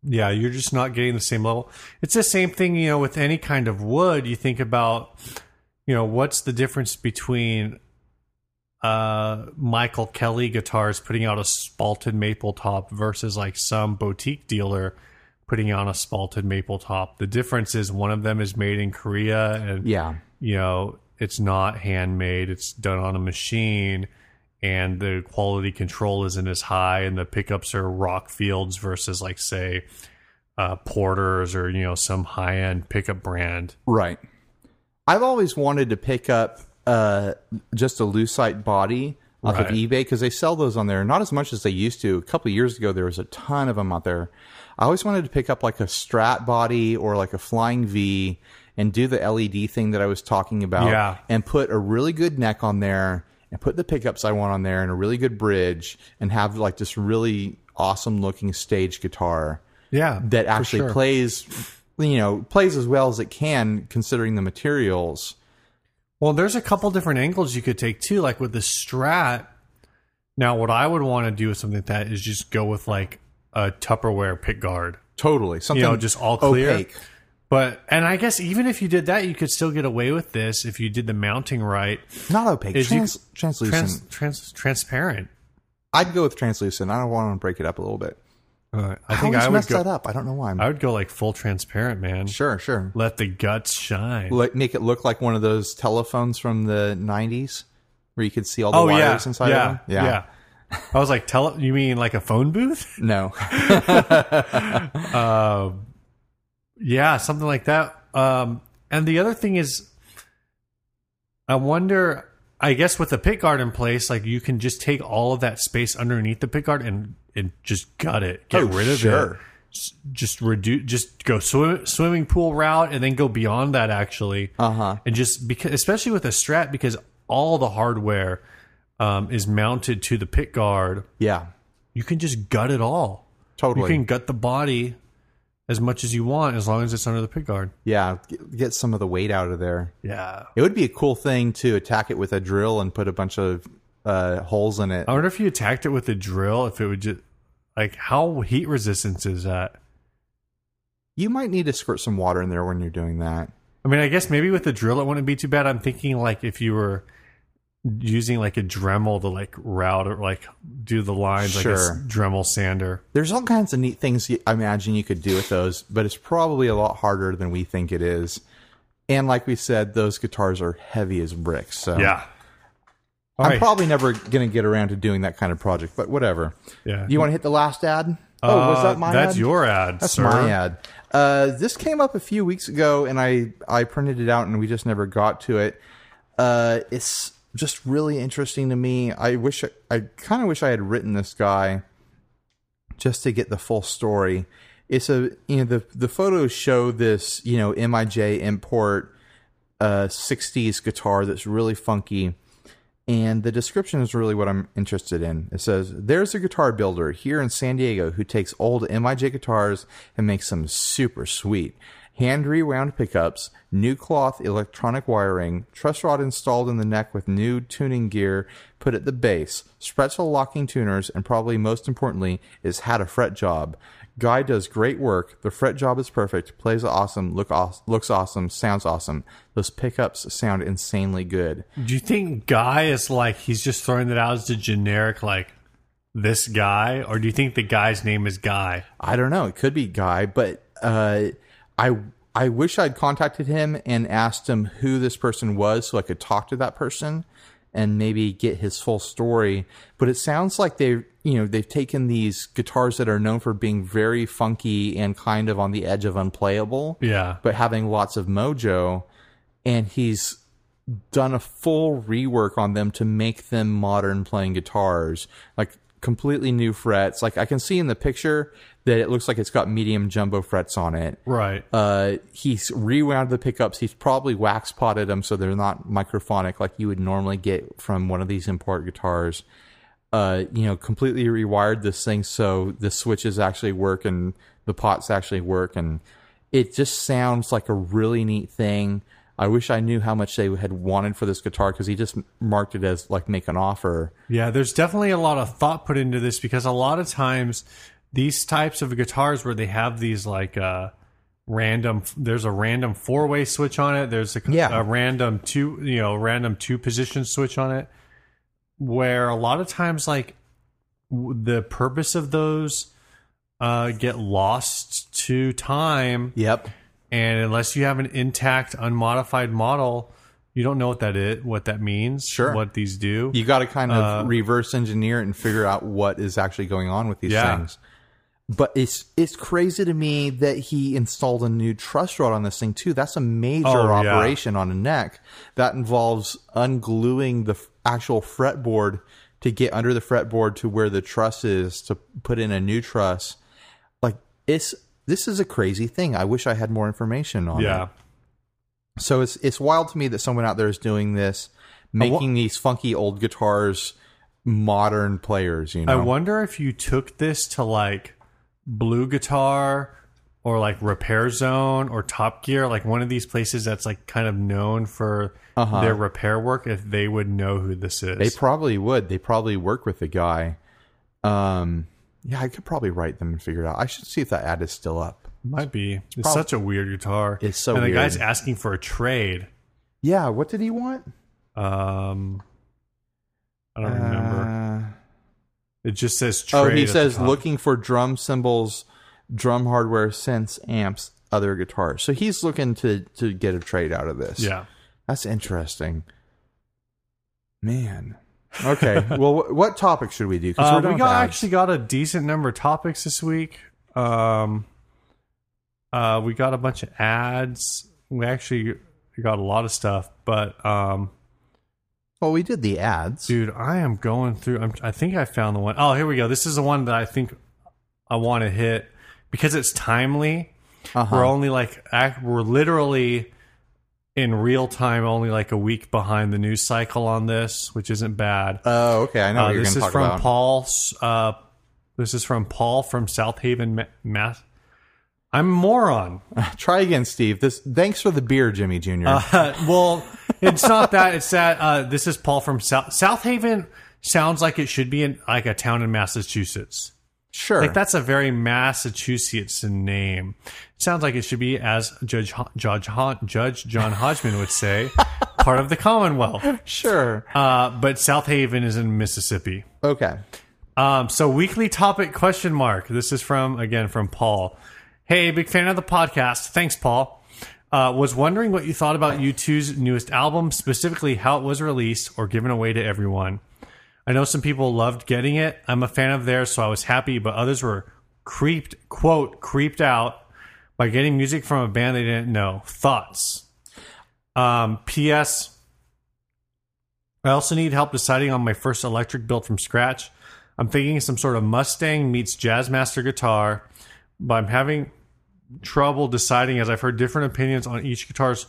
Yeah, you're just not getting the same level. It's the same thing, you know, with any kind of wood. You think about, you know, what's the difference between uh Michael Kelly guitars putting out a spalted maple top versus like some boutique dealer putting on a spalted maple top. The difference is one of them is made in Korea and Yeah, you know, it's not handmade, it's done on a machine, and the quality control isn't as high, and the pickups are rock fields versus, like, say, uh, Porters or, you know, some high end pickup brand. right. I've always wanted to pick up uh, just a lucite body off of Right. eBay because they sell those on there. Not as much as they used to. A couple of years ago, there was a ton of them out there. I always wanted to pick up like a Strat body or like a Flying V and do the LED thing that I was talking about. Yeah. And put a really good neck on there and put the pickups I want on there and a really good bridge and have like this really awesome looking stage guitar Yeah. that actually plays you know plays as well as it can considering the materials Well, there's a couple different angles you could take too, like with the Strat. Now, what I would want to do with something like that is just go with like a Tupperware pick guard. totally something know, just all clear. opaque. But, and I guess even if you did that, you could still get away with this if you did the mounting right. not opaque Is you- trans- translucent Trans, trans, transparent. i'd go with translucent i don't want to break it up a little bit Uh, I I think always I would mess go. that up. I don't know why. I'm, I would go like full transparent, man. sure, sure. Let the guts shine. Like make it look like one of those telephones from the '90s, where you could see all the wires inside Oh, yeah, of them. yeah. I was like, tele. You mean like a phone booth? (laughs) No. Yeah, something like that. Um, and the other thing is, I wonder. I guess with the pit guard in place, like you can just take all of that space underneath the pit guard and and just gut it, get Oh, rid of sure. it, S- just reduce, just go swim, swimming pool route, and then go beyond that actually, Uh huh. and just because especially with a strap because all the hardware um, is mounted to the pit guard, Yeah. you can just gut it all. Totally. You can gut the body as much as you want as long as it's under the pit guard. yeah. Get, get some of the weight out of there. Yeah. It would be a cool thing to attack it with a drill and put a bunch of uh, holes in it. I wonder if you attacked it with a drill, if it would just like how heat resistance is that? You might need to squirt some water in there when you're doing that. I mean, I guess maybe with the drill it wouldn't be too bad. I'm thinking like if you were using like a Dremel to like route or like do the lines like a s- Sure. Dremel sander. There's all kinds of neat things you- I imagine you could do with those, but it's probably a lot harder than we think it is. And like we said, those guitars are heavy as bricks. So Yeah. All I'm right. probably never going to get around to doing that kind of project, but whatever. Yeah. You want to hit the last ad? Oh, was Uh, that my That's ad? your ad, That's sir. my ad. Uh, this came up a few weeks ago, and I I printed it out, and we just never got to it. Uh, it's just really interesting to me. I wish I kind of wish I had written this guy just to get the full story. It's a you know the the photos show this you know Mij import uh, '60s guitar that's really funky. And the description is really what I'm interested in. It says, There's a guitar builder here in San Diego who takes old MIJ guitars and makes them super sweet. Hand rewound pickups, new cloth electronic wiring, truss rod installed in the neck with new tuning gear put at the base, Spretzel locking tuners, and probably most importantly is had a fret job. Guy does great work. The fret job is perfect. Plays awesome. Look aw- looks awesome. Sounds awesome. Those pickups sound insanely good. Do you think guy is like he's just throwing that out as a generic like this guy, or do you think the guy's name is Guy? I don't know. It could be Guy, but uh, I I wish I'd contacted him and asked him who this person was so I could talk to that person and maybe get his full story. But it sounds like they have you know they've taken these guitars that are known for being very funky and kind of on the edge of unplayable, Yeah. but having lots of mojo, and he's done a full rework on them to make them modern playing guitars, like completely new frets. Like I can see in the picture that it looks like it's got medium jumbo frets on it. Right. Uh, he's rewound the pickups. He's probably wax potted them so they're not microphonic like you would normally get from one of these import guitars. Uh, you know, completely rewired this thing so the switches actually work and the pots actually work, and it just sounds like a really neat thing. I wish I knew how much they had wanted for this guitar because he just marked it as like make an offer. Yeah, there's definitely a lot of thought put into this because a lot of times these types of guitars where they have these like uh random there's a random four-way switch on it, there's a, Yeah. a random two, you know, random two position switch on it where a lot of times like w- the purpose of those uh get lost to time Yep. and unless you have an intact unmodified model, you don't know what that is, what that means, Sure. what these do. You got to kind Uh, of reverse engineer it and figure out what is actually going on with these Yeah. things. But it's it's crazy to me that he installed a new truss rod on this thing too. That's a major Oh, yeah. operation on a neck that involves ungluing the f- actual fretboard to get under the fretboard to where the truss is to put in a new truss. Like it's this is a crazy thing. I wish I had more information on it. yeah. So it's it's wild to me that someone out there is doing this, making these funky old guitars modern players. You I know, wonder if you took this to like Blue Guitar or like Repair Zone or Top Gear, like one of these places that's like kind of known for their repair work, if they would know who this is. Uh-huh. they probably would. They probably work with the guy. Um, yeah, I could probably write them and figure it out. I should see if that ad is still up. Might be. It's such a weird guitar. It's so And the weird. guy's asking for a trade. Yeah, what did he want? Um, I don't remember. Uh, It just says trade. Oh, he at the says top. looking for drum cymbals, drum hardware, synths, amps, other guitars. So he's looking to to get a trade out of this. Yeah. that's interesting. Man. (laughs) Okay. well, wh- what topic should we do? Because Uh, we got actually got a decent number of topics this week. Um, uh, we got a bunch of ads. We actually got a lot of stuff, but um, Well, we did the ads. dude, I am going through. I'm, I think I found the one. Oh, here we go. This is the one that I think I want to hit because it's timely. Uh-huh. We're only like ac- we're literally in real time, only like a week behind the news cycle on this, which isn't bad. Oh, okay. I Uh, know what you're this going is to talk from about. Paul. Uh, this is from Paul from South Haven, Ma- Mass. I'm a moron. (laughs) Try again, Steve. This. Thanks for the beer, Jimmy Junior. Uh, well, it's not that. It's that uh, this is Paul from South South Haven. Sounds like it should be in like a town in Massachusetts. sure. Like that's a very Massachusetts name. Sounds like it should be, as Judge Ho- Judge Ho- Judge John Hodgman would say, (laughs) part of the Commonwealth. Sure. Uh, but South Haven is in Mississippi. Okay. Um, so weekly topic question mark. This is from again from Paul. Hey, big fan of the podcast. Thanks, Paul. Uh, was wondering what you thought about U2's newest album, specifically how it was released or given away to everyone. I know some people loved getting it. I'm a fan of theirs, so I was happy, but others were creeped, quote, creeped out by getting music from a band they didn't know. Thoughts? Um, P.S. I also need help deciding on my first electric build from scratch. I'm thinking some sort of Mustang meets Jazzmaster guitar, but I'm having trouble deciding as I've heard different opinions on each guitar's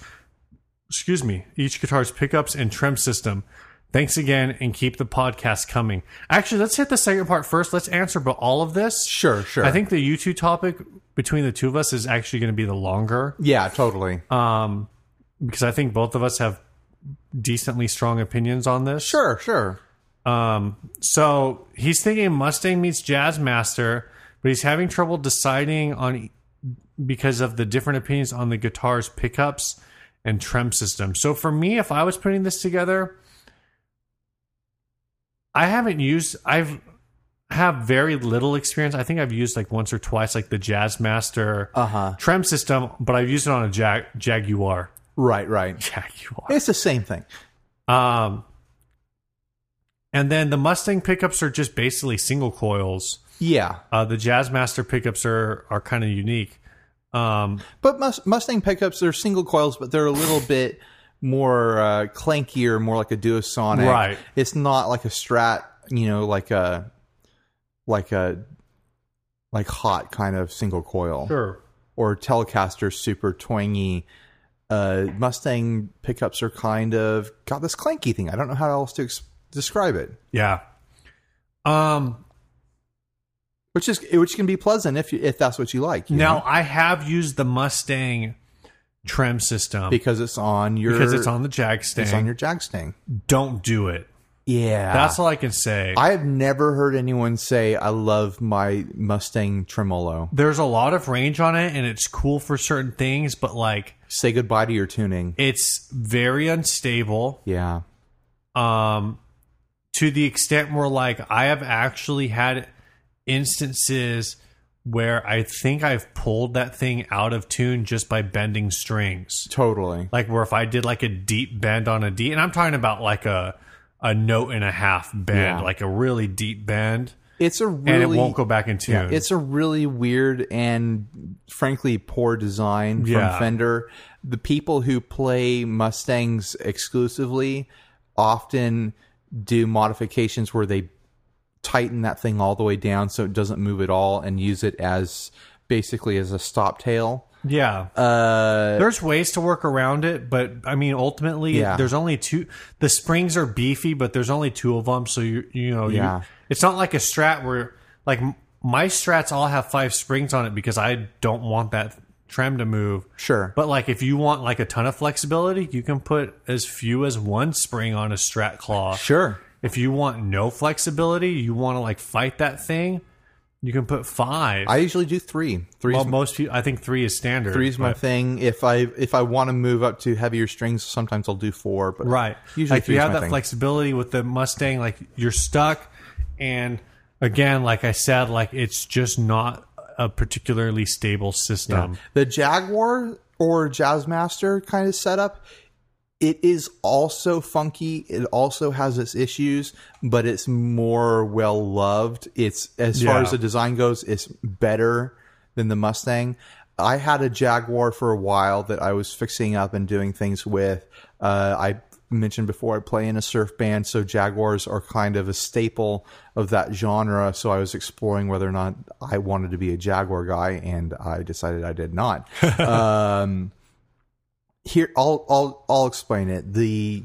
excuse me, each guitar's pickups and trim system. Thanks again and keep the podcast coming. Actually, let's hit the second part first. Let's answer but all of this. Sure. Sure. I think the U2 topic between the two of us is actually going to be the longer Yeah. Totally. Uh, because I think both of us have decently strong opinions on this. sure. Sure. So he's thinking Mustang meets Jazzmaster, but he's having trouble deciding on e, because of the different opinions on the guitar's pickups and trem system. So for me, if I was putting this together, I haven't used I've have very little experience. I think I've used like once or twice like the Jazzmaster Uh-huh. (laughs) trem system, but I've used it on a Jag- (laughs) Jaguar. Right. Right. Jaguar. It's the same thing. Um, and then the Mustang pickups are just basically single coils. Yeah. Uh, the Jazzmaster pickups are are kind of unique. Um, But Mus- Mustang pickups, they're single coils, but they're a little bit more uh, clankier, more like a duosonic. Right. It's not like a Strat, you know, like a like a like hot kind of single coil sure. or Telecaster super twangy. Uh, Mustang pickups are kind of got this clanky thing. I don't know how else to ex- describe it, Yeah. Um, which is which can be pleasant if you, if that's what you like. you now know? I have used the Mustang trim system because it's on your because it's on the Jag it's on Stang. your Jag Sting. Don't do it. Yeah, That's all I can say. I have never heard anyone say I love my Mustang Tremolo. There's a lot of range on it, and it's cool for certain things, but like Say goodbye to your tuning. it's very unstable. Um, Yeah. Totally. Like where if I did like a deep bend on a D, and I'm talking about like a a note and a half bend, Yeah. like a really deep bend, It's a and really it won't go back in tune. it's a really weird and frankly poor design Yeah. from Fender. The people who play Mustangs exclusively often do modifications where they tighten that thing all the way down so it doesn't move at all and use it as basically as a stop tail. yeah. Uh there's ways to work around it, but I mean, ultimately, Yeah. there's only two. The springs are beefy, but there's only two of them. So you you know, Yeah. you, it's not like a strat where like m- my strats all have five springs on it because I don't want that trem to move. sure. But like, if you want like a ton of flexibility, you can put as few as one spring on a strat claw. sure. If you want no flexibility, you want to like fight that thing, you can put five. I usually do three. Three well, is, most people, I think three is standard. three is my but- thing. If I if I want to move up to heavier strings, sometimes I'll do four. But Right. usually like three you is have my that thing. flexibility with the Mustang, like you're stuck and again, like I said, like it's just not a particularly stable system. the Jaguar or Jazzmaster kind of setup. It is also funky. It also has its issues, but it's more well loved. It's as far Yeah. as the design goes, it's better than the Mustang. I had a Jaguar for a while that I was fixing up and doing things with. Uh, I mentioned before I play in a surf band, so Jaguars are kind of a staple of that genre. So I was exploring whether or not I wanted to be a Jaguar guy, and I decided I did not. um, here, I'll I'll I'll explain it. The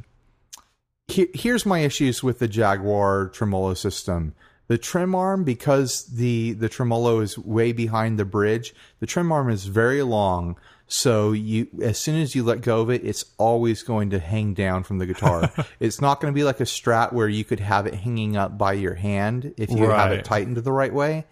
here, here's my issues with the Jaguar tremolo system. The trim arm, because the the tremolo is way behind the bridge, the trim arm is very long. So you, as soon as you let go of it, it's always going to hang down from the guitar. it's not going to be like a Strat where you could have it hanging up by your hand if you have it Right. tightened the right way.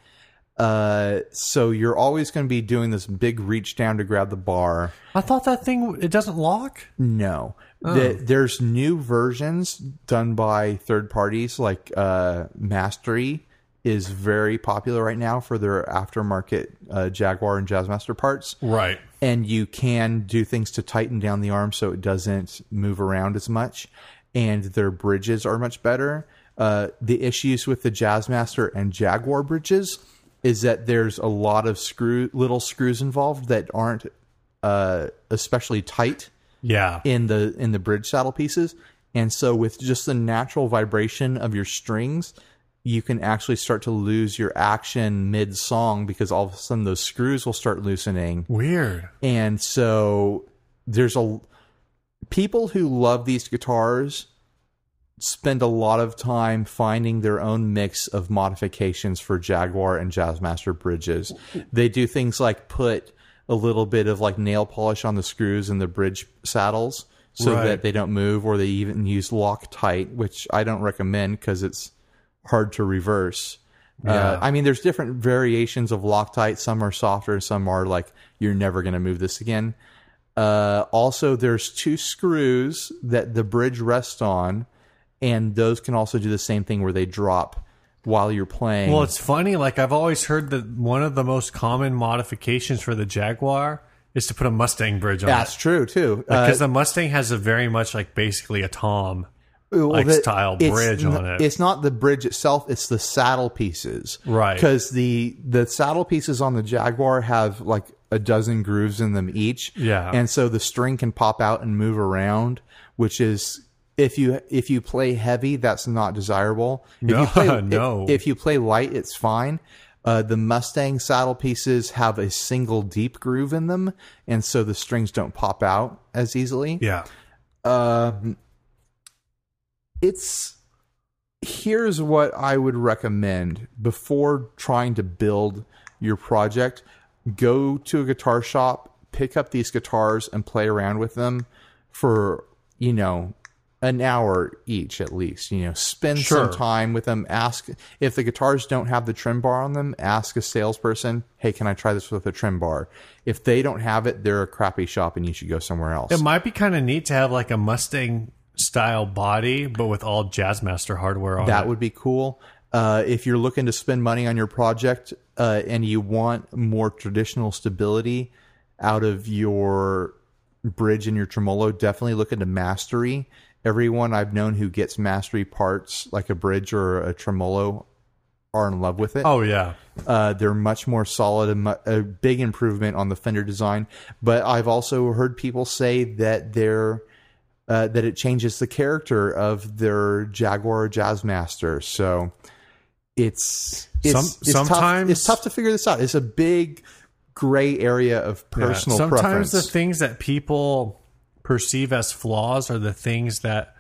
Uh, so you're always going to be doing this big reach down to grab the bar. I thought that thing it doesn't lock. No. The- there's new versions done by third parties, like uh, Mastery is very popular right now for their aftermarket uh, Jaguar and Jazzmaster parts. Right. And you can do things to tighten down the arm so it doesn't move around as much. And their bridges are much better. Uh, the issues with the Jazzmaster and Jaguar bridges is that there's a lot of screw little screws involved that aren't uh, especially tight Yeah. in the in the bridge saddle pieces and so with just the natural vibration of your strings you can actually start to lose your action mid song because all of a sudden those screws will start loosening Weird. and so there's a people who love these guitars spend a lot of time finding their own mix of modifications for Jaguar and Jazzmaster bridges. They do things like put a little bit of like nail polish on the screws in the bridge saddles so Right. that they don't move or they even use Loctite, which I don't recommend cuz it's hard to reverse. Uh, I mean, there's different variations of Loctite. Some are softer, some are like, you're never going to move this again. Uh, also, there's two screws that the bridge rests on, and those can also do the same thing where they drop while you're playing. Well, it's funny. Like I've always heard that one of the most common modifications for the Jaguar is to put a Mustang bridge on it that's true too. Uh, because the Mustang has a very much like basically a tom. well, like the- style it's bridge n- on it. It's not the bridge itself; it's the saddle pieces, Right. Because the the saddle pieces on the Jaguar have like a dozen grooves in them each, Yeah. and so the string can pop out and move around, which is if you if you play heavy, that's not desirable. if (laughs) you play, no. If, if you play light, it's fine. Uh, the Mustang saddle pieces have a single deep groove in them, and so the strings don't pop out as easily Yeah. Um, it's here's what I would recommend before trying to build your project. Go to a guitar shop, pick up these guitars and play around with them for, you know, an hour each at least. You know, spend Sure. some time with them. Ask if the guitars don't have the trim bar on them, ask a salesperson, hey, can I try this with a trim bar? If they don't have it, they're a crappy shop and you should go somewhere else. It might be kind of neat to have like a Mustang style body, but with all Jazzmaster hardware on That it. would be cool. Uh, if you're looking to spend money on your project uh, and you want more traditional stability out of your bridge and your tremolo, definitely look into mastery. Everyone I've known who gets mastery parts, like a bridge or a tremolo, are in love with it. Oh yeah. Uh, they're much more solid, and mu- a big improvement on the fender design. But I've also heard people say that they're uh, that it changes the character of their Jaguar Jazzmaster. So it's, it's, Some- it's tough, sometimes- it's tough to figure this out. It's a big gray area of personal Sometimes preference. the things that people perceive as flaws are the things that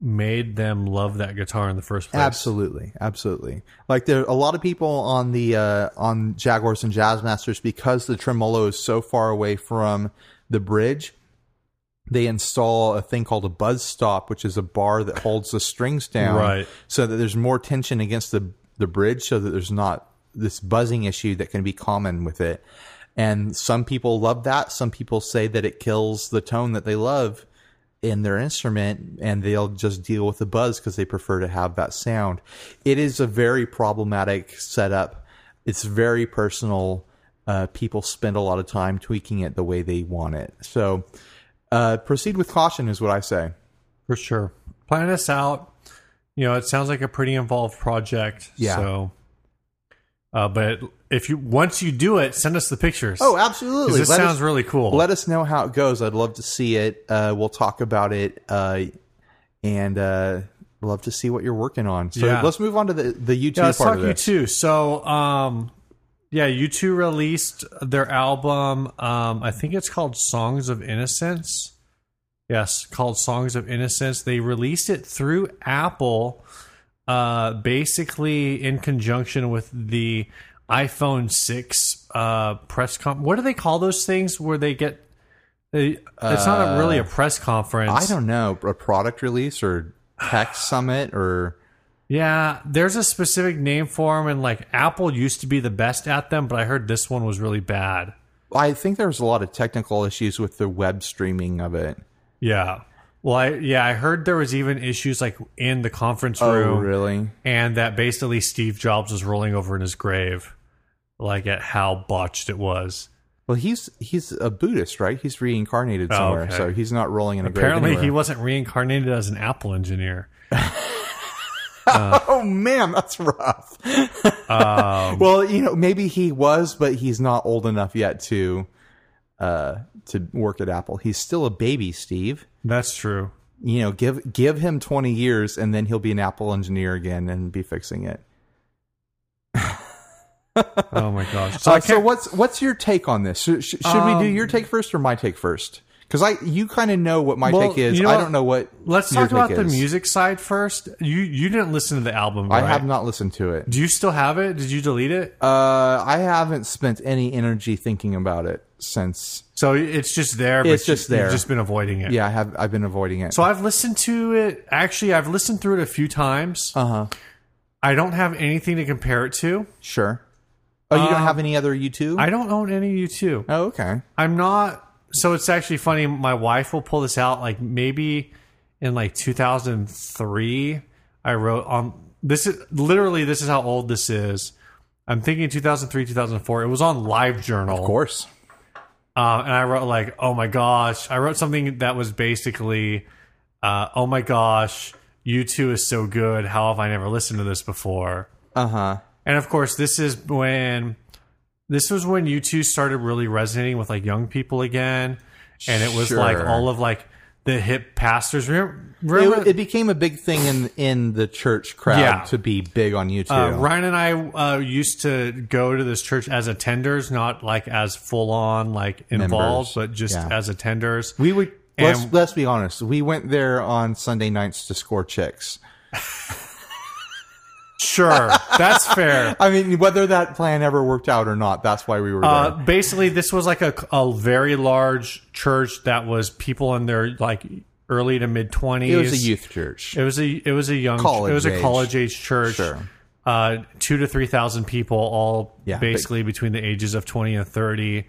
made them love that guitar in the first place. Absolutely, absolutely. Like there, a lot of people on the uh, on Jaguars and Jazzmasters because the tremolo is so far away from the bridge. They install a thing called a buzz stop, which is a bar that holds the strings down, Right. so that there's more tension against the the bridge, so that there's not this buzzing issue that can be common with it. And some people love that. Some people say that it kills the tone that they love in their instrument and they'll just deal with the buzz because they prefer to have that sound. It is a very problematic setup. It's very personal. Uh, people spend a lot of time tweaking it the way they want it. So uh, proceed with caution is what I say. For sure. Plan this out. You know, it sounds like a pretty involved project. Yeah. So, uh, but if you once you do it, send us the pictures. Oh, 'Cause absolutely. This Let us- sounds really cool. let us know how it goes. I'd love to see it. Uh, we'll talk about it, uh, and uh, love to see what you're working on. So Yeah. let's move on to the the YouTube yeah, let's part talk of it. U2. So, um, yeah, U2 released their album. Um, I think it's called Songs of Innocence. Yes, called Songs of Innocence. They released it through Apple, uh, basically in conjunction with the iPhone 6 uh, press con. What do they call those things where they get. They, it's not a- really a press conference. Uh, I don't know a product release or (sighs) tech summit or Yeah, there's a specific name for them, and like Apple used to be the best at them, but I heard this one was really bad. I think there was a lot of technical issues with the web streaming of it. Yeah. Well, I, yeah, I heard there was even issues like in the conference Oh, room, really? and that basically Steve Jobs was rolling over in his grave, like at how botched it was. Well, he's he's a Buddhist, right? He's reincarnated Oh, somewhere, okay. so he's not rolling in a Apparently, grave. he anywhere. wasn't reincarnated as an Apple engineer. Oh man, that's rough. Um, (laughs) well, you know, maybe he was, but he's not old enough yet to uh to work at Apple. He's still a baby, Steve. That's true. You know, give give him 20 years and then he'll be an Apple engineer again and be fixing it. Oh my (laughs) gosh. So So, I uh, so can't. Um, what's what's your take on this? Should, should we do your take first or my take first? Cuz I you kind of know what my Well, take is. you know I what? don't know what Let's your talk about take the is. music side first. You you didn't listen to the album, I right? have not listened to it. Do you still have it? Did you delete it? Uh I haven't spent any energy thinking about it since So it's just there. It's but you- just there. You've just been avoiding it. Yeah, I have. I've been avoiding it. So I've listened to it. Actually, I've listened through it a few times. uh huh. I don't have anything to compare it to. Sure. Oh, you don't have any other U two? Um, I don't own any U2. Oh, okay. I'm not. So it's actually funny. My wife will pull this out like maybe in like 2003. I wrote on this is literally this is how old this is. I'm thinking 2003, 2004. It was on Live Journal. Of course. Uh, and I wrote like, oh my gosh. I wrote something that was basically, uh, oh my gosh, you 2 is so good. How have I never listened to this before? Uh huh. And of course, this is when this was when U2 started really resonating with like young people again, and it was Sure. like all of like the hip pastors. Remember, remember It, it became a big thing in in the church crowd Yeah. to be big on U two. Uh, Ryan and I uh, used to go to this church as attenders, not like as full on like involved, Members. but just Yeah. as attenders. we would. Let's, and- let's be honest. We went there on Sunday nights to score chicks. Sure, that's fair. I mean, whether that plan ever worked out or not, that's why we were (laughs) there. Uh, basically, this was like a, a very large church that was people in their like early to mid twenties. it was a youth church. It was a it was a young College it was a age. college age church. Sure. Uh, two to three thousand people, all Yeah, big. basically between the ages of twenty and thirty,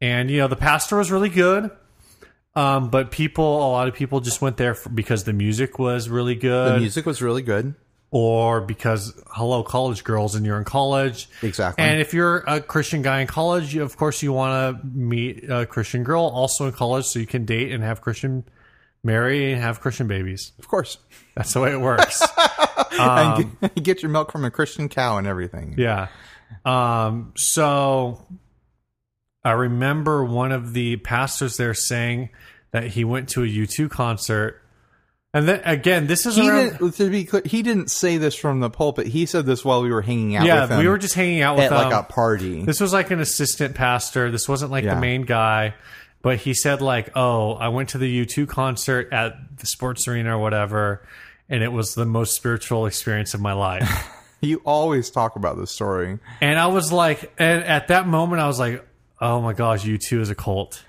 and you know the pastor was really good, um, but people, a lot of people just went there for, because the music was really the good, music was really good. or because hello college girls and you're in college, Exactly. and if you're a Christian guy in college, you, of course you want to meet a Christian girl also in college so you can date and have Christian, marry and have Christian babies. of course. (laughs) That's the way it works. and get, (laughs) get your milk from a Christian cow and everything. Um, Yeah. Um, so I remember one of the pastors there saying that he went to a U2 concert. And then again, this is He around. didn't, to be clear, he didn't say this from the pulpit. He said this while we were hanging out with yeah, him. we were just hanging out with at like them. a party. This was like an assistant pastor. This wasn't like Yeah. the main guy, but he said like, "Oh, I went to the U2 concert at the sports arena or whatever, and it was the most spiritual experience of my life." (laughs) You always talk about this story. And I was like, and at that moment, I was like, oh my gosh, you two is a cult.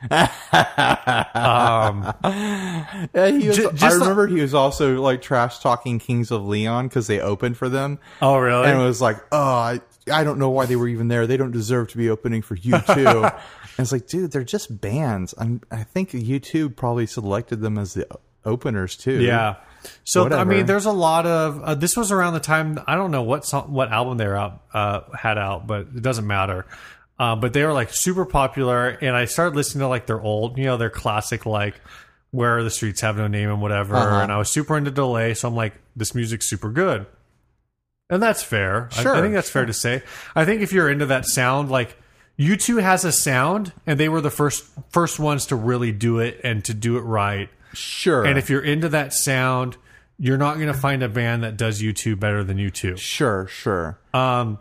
um, Uh, he was, Ju- I just remember he was also like trash talking Kings of Leon because they opened for them, oh, really? and it was like, oh, I, I don't know why they were even there. They don't deserve to be opening for you (laughs) two. and it's like, dude, they're just bands. I'm, I think you two probably selected them as the openers too. Yeah. So th- I mean, Whatever. there's a lot of uh, this was around the time I don't know what song, what album they were out uh, had out, but it doesn't matter. Uh, but they were like super popular, and I started listening to like their old, you know, their classic like "Where the Streets Have No Name" and whatever. Uh-huh. And I was super into delay, so I'm like, this music's super good, and that's fair. I- I, Sure, think that's fair to say. I think if you're into that sound, like U2 has a sound, and they were the first first ones to really do it and to do it right. Sure. And if you're into that sound, you're not going to find a band that does U2 better than U2. sure, sure. Um,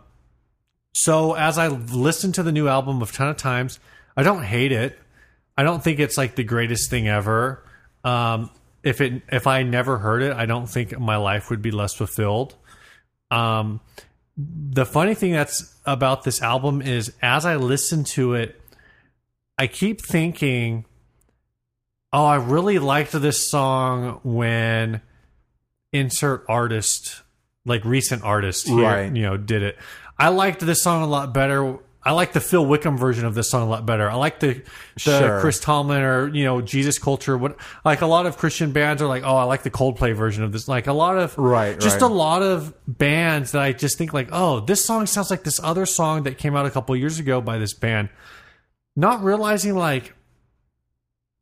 So as I listened to the new album a ton of times, I don't hate it. I don't think it's like the greatest thing ever. Um, if it if I never heard it, I don't think my life would be less fulfilled. Um, the funny thing that's about this album is as I listen to it, I keep thinking, oh, I really liked this song when insert artist, like recent artist here, Right. you know, did it. I liked this song a lot better. I like the Phil Wickham version of this song a lot better. I like the the Sure. Chris Tomlin or you know Jesus Culture. What like a lot of Christian bands are like, oh, I like the Coldplay version of this. Like a lot of Right, just right. a lot of bands that I just think like, oh, this song sounds like this other song that came out a couple years ago by this band. Not realizing like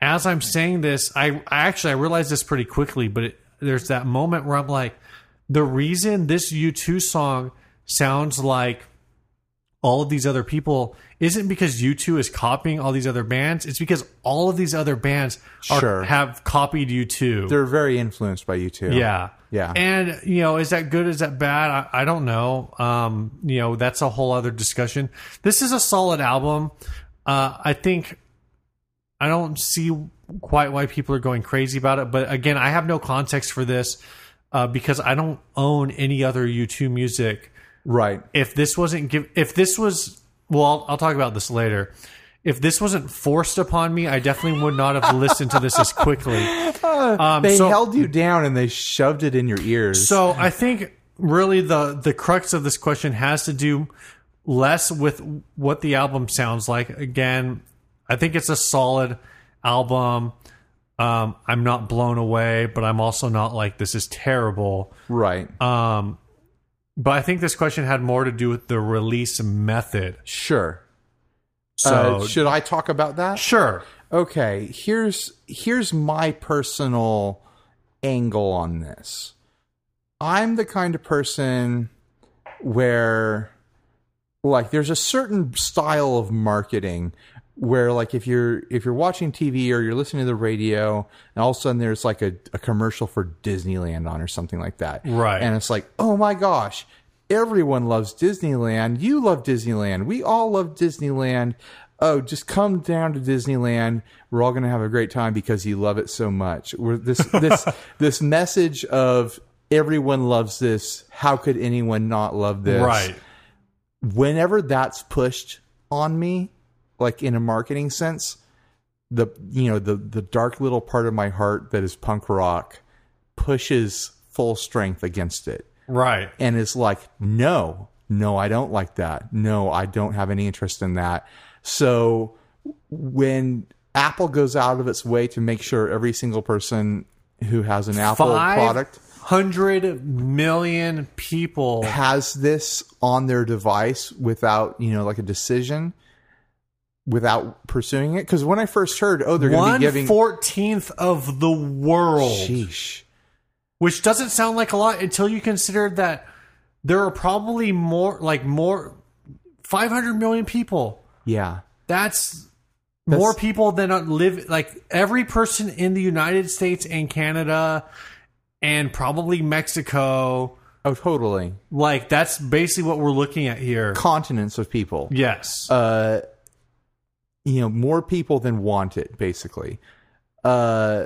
as I'm saying this, I, I actually I realized this pretty quickly, but it, there's that moment where I'm like, the reason this U2 song sounds like all of these other people isn't because U2 is copying all these other bands. It's because all of these other bands are, Sure. have copied U2. They're very influenced by you too. Yeah. Yeah. And, you know, is that good? Is that bad? I, I don't know. Um, you know, that's a whole other discussion. This is a solid album. Uh, I think I don't see quite why people are going crazy about it. But again, I have no context for this uh, because I don't own any other U2 music Right. if this wasn't give if this was well I'll, I'll talk about this later if this wasn't forced upon me i definitely would not have listened to this as quickly um, They so, held you down and they shoved it in your ears. so i think really the the crux of this question has to do less with what the album sounds like again i think it's a solid album um, i'm not blown away but i'm also not like this is terrible Um, right. uh, but i think this question had more to do with the release method sure. so uh, should I talk about that? Sure. okay here's here's my personal angle on this i'm the kind of person where like there's a certain style of marketing where like if you're if you're watching tv or you're listening to the radio and all of a sudden there's like a, a commercial for disneyland on or something like that Right. and it's like oh my gosh everyone loves disneyland you love disneyland we all love disneyland oh just come down to disneyland we're all going to have a great time because you love it so much we're this this this message of everyone loves this how could anyone not love this Right. whenever that's pushed on me like in a marketing sense the you know the the dark little part of my heart that is punk rock pushes full strength against it Right. and is like no no i don't like that no i don't have any interest in that so when apple goes out of its way to make sure every single person who has an apple product 500 million people. has this on their device without you know like a decision without pursuing it because when i first heard oh they're going to One be giving fourteenth of the world, sheesh which doesn't sound like a lot until you consider that there are probably more, like more, five hundred million people. yeah That's, more people than are- live. Like every person in the United States and Canada, and probably Mexico. oh totally Like that's basically what we're looking at here. continents of people Yes. Uh, you know more people than want it basically uh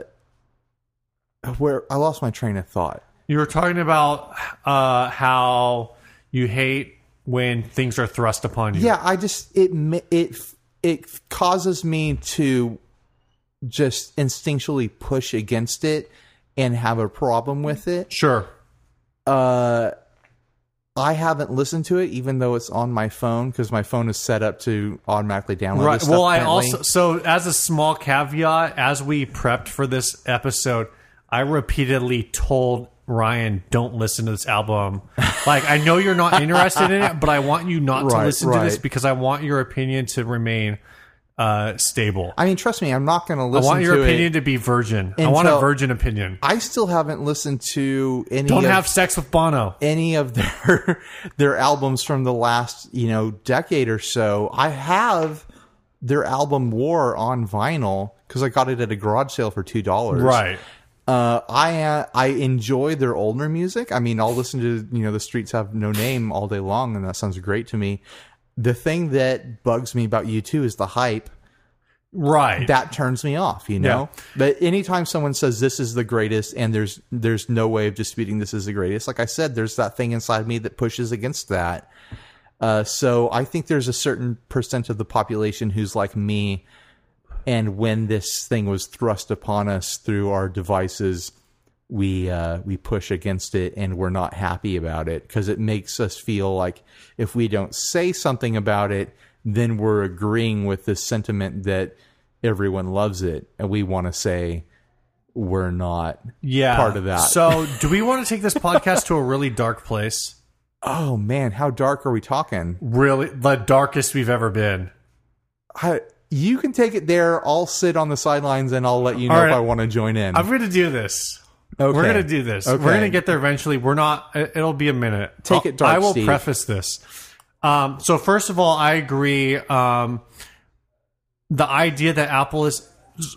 where i lost my train of thought You were talking about uh, how you hate when things are thrust upon you. yeah i just it ma- it it causes me to just instinctually push against it and have a problem with it Sure. uh I haven't listened to it, even though it's on my phone, because my phone is set up to automatically download. Right. This Well, stuff, I apparently. also so as a small caveat, as we prepped for this episode, I repeatedly told Ryan, don't listen to this album. Like, I know you're not interested in it, but I want you not to Right, listen to this right. because I want your opinion to remain uh, stable. I, I mean, trust me, I'm not going to listen want your to opinion it. to be virgin. I want a Until- virgin opinion. I still haven't listened to any Don't of, have sex with Bono. any of (laughs) their their albums from the last you know decade or so. I have their album War on vinyl because I got it at a garage sale for two dollars. Right. Uh, I uh, I enjoy their older music. I mean, I'll listen to you know the streets have no name all day long, and that sounds great to me. The thing that bugs me about you two is the hype Right. that turns me off you know but anytime someone says this is the greatest and there's there's no way of disputing this is the greatest like i said there's that thing inside me that pushes against that uh, so i think there's a certain percent of the population who's like me and when this thing was thrust upon us through our devices we uh, we push against it and we're not happy about it because it makes us feel like if we don't say something about it, then we're agreeing with this sentiment that everyone loves it, and we want to say we're not. yeah. part of that. So, do we want to take this podcast to a really dark place? Oh man, how dark are we talking? Really, the darkest we've ever been. I, you can take it there. I'll sit on the sidelines and I'll let you know All right. if I want to join in. I'm going to do this. Okay. We're going to do this. Okay. We're going to get there eventually. We're not, it- it'll be a minute. Take it dark, I will Steve. preface this. Um, so, first of all, I agree. Um, the idea that Apple is.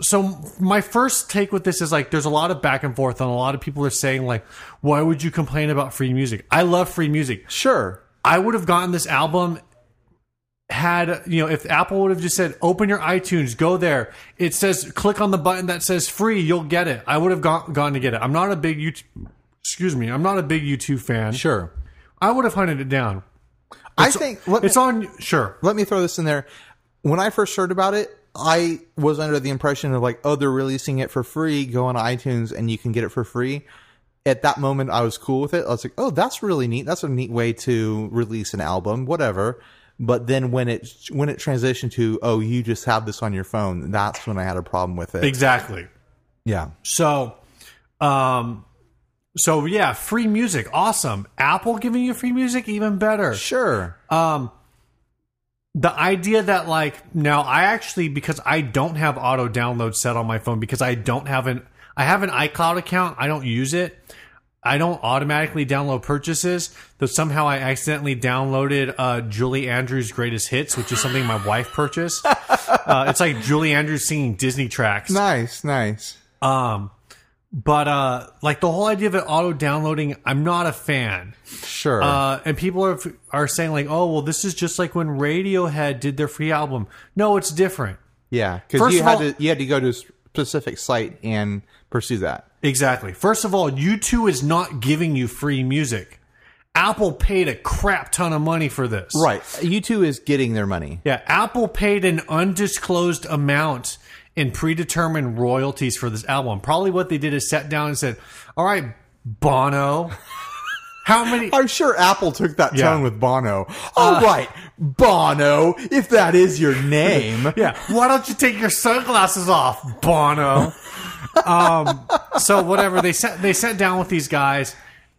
So, my first take with this is like there's a lot of back and forth, and a lot of people are saying, like, why would you complain about free music? I love free music. Sure. I would have gotten this album had you know if Apple would have just said open your iTunes, go there. It says click on the button that says free, you'll get it. I would have gone gone to get it. I'm not a big YouTube excuse me, I'm not a big YouTube fan. Sure. I would have hunted it down. I think let me- It's on sure. let me throw this in there. When I first heard about it, I was under the impression of like, oh, they're releasing it for free. Go on iTunes and you can get it for free. At that moment, I was cool with it. I was like, oh, that's really neat. That's a neat way to release an album, whatever. But then when it when it transitioned to oh, you just have this on your phone, that's when I had a problem with it. Exactly. yeah, So um so yeah, free music, awesome. Apple giving you free music, even better. sure. Uh, Um, the idea that like now I actually because I don't have auto download set on my phone because I don't have an I have an iCloud account I don't use it I don't automatically download purchases though somehow I accidentally downloaded uh, Julie Andrews greatest hits which is something my wife purchased uh, it's like Julie Andrews singing Disney tracks nice, nice. but uh like the whole idea of it auto downloading I'm not a fan Sure. uh, and people are are saying like oh well this is just like when Radiohead did their free album no it's different yeah, first because you of had all- to you had to go to a specific site and pursue that. Exactly. First of all, U2 is not giving you free music. Apple paid a crap ton of money for this. Right. U two is getting their money. Yeah, Apple paid an undisclosed amount in predetermined royalties for this album. Probably what they did is sat down and said, "All right, Bono, how many I'm sure Apple took that Yeah. Uh, tone with Bono. All right, Bono, if that (laughs) is your name. Yeah. Why don't you take your sunglasses off, Bono? um, so whatever they sat they sat down with these guys,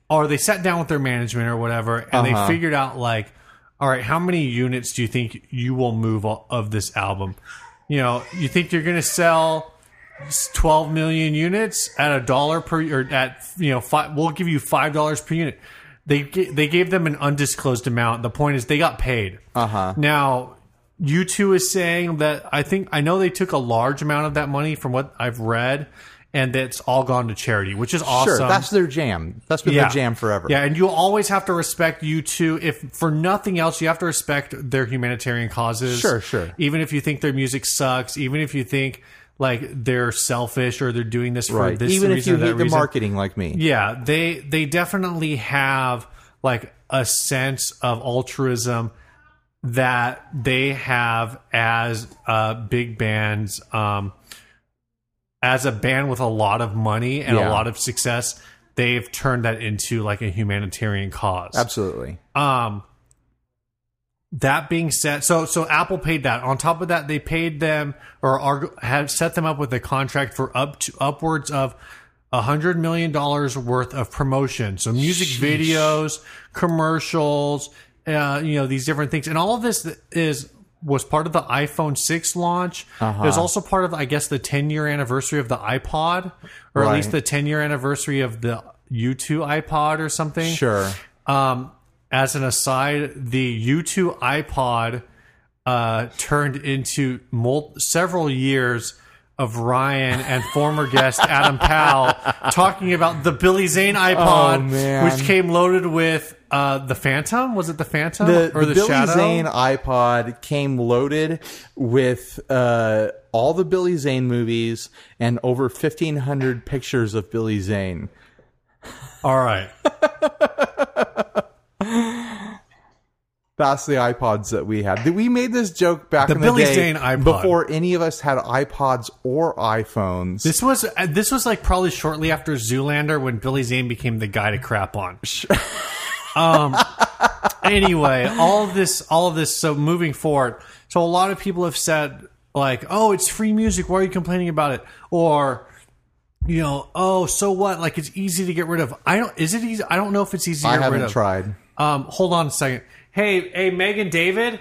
or they sat down with their management or whatever, and they figured out like, all right, how many units do you think you will move o- of this album? You know, you think you're going to sell s- 12 million units at a dollar per or at you know five, we'll give you five dollars per unit they ga- they gave them an undisclosed amount the point is they got paid uh-huh now u2 is saying that i think i know they took a large amount of that money from what i've read and that's all gone to charity which is awesome Sure, that's their jam. That's been their jam forever. yeah, and you always have to respect you two. If for nothing else, you have to respect their humanitarian causes. Sure, sure. Even if you think their music sucks, even if you think like they're selfish or they're doing this for Right. this Even if reason you or that hate the reason. marketing like me. Yeah, they they definitely have like a sense of altruism that they have as uh, big bands, um, as a band with a lot of money and a Yeah. lot of success. They've turned that into like a humanitarian cause. Absolutely. Um, that being said, so so Apple paid that. On top of that, they paid them or are, have set them up with a contract for up to upwards of a hundred million dollars worth of promotion. So music videos, commercials, uh, you know, these different things. And all of this is was part of the iPhone 6 launch. Uh-huh. It was also part of, I guess, the 10 year anniversary of the iPod, or at least Right. the 10 year anniversary of the U2 iPod or something. Sure. Um, as an aside, the U2 iPod uh, turned into mul- several years of Ryan and former guest (laughs) Adam Powell talking about the Billy Zane Oh, iPod, man. which came loaded with uh, the Phantom. Was it the Phantom The, or the, the, Billy Shadow? Zane iPod came loaded with uh, all the Billy Zane movies and over 1,500 pictures of Billy Zane. All right. That's the iPods that we had. We made this joke back The in Billy the day Zane iPod. before any of us had iPods or iPhones. This was uh, this was like probably shortly after Zoolander when Billy Zane became the guy to crap on. um. Anyway, all of this, all of this. So moving forward, so a lot of people have said like, "Oh, it's free music. Why are you complaining about it?" Or you know, "Oh, so what? Like it's easy to get rid of." I don't. Is it easy? I don't know if it's easy. To I get rid haven't of. tried. Um, hold on a second. Hey, hey, Megan, David,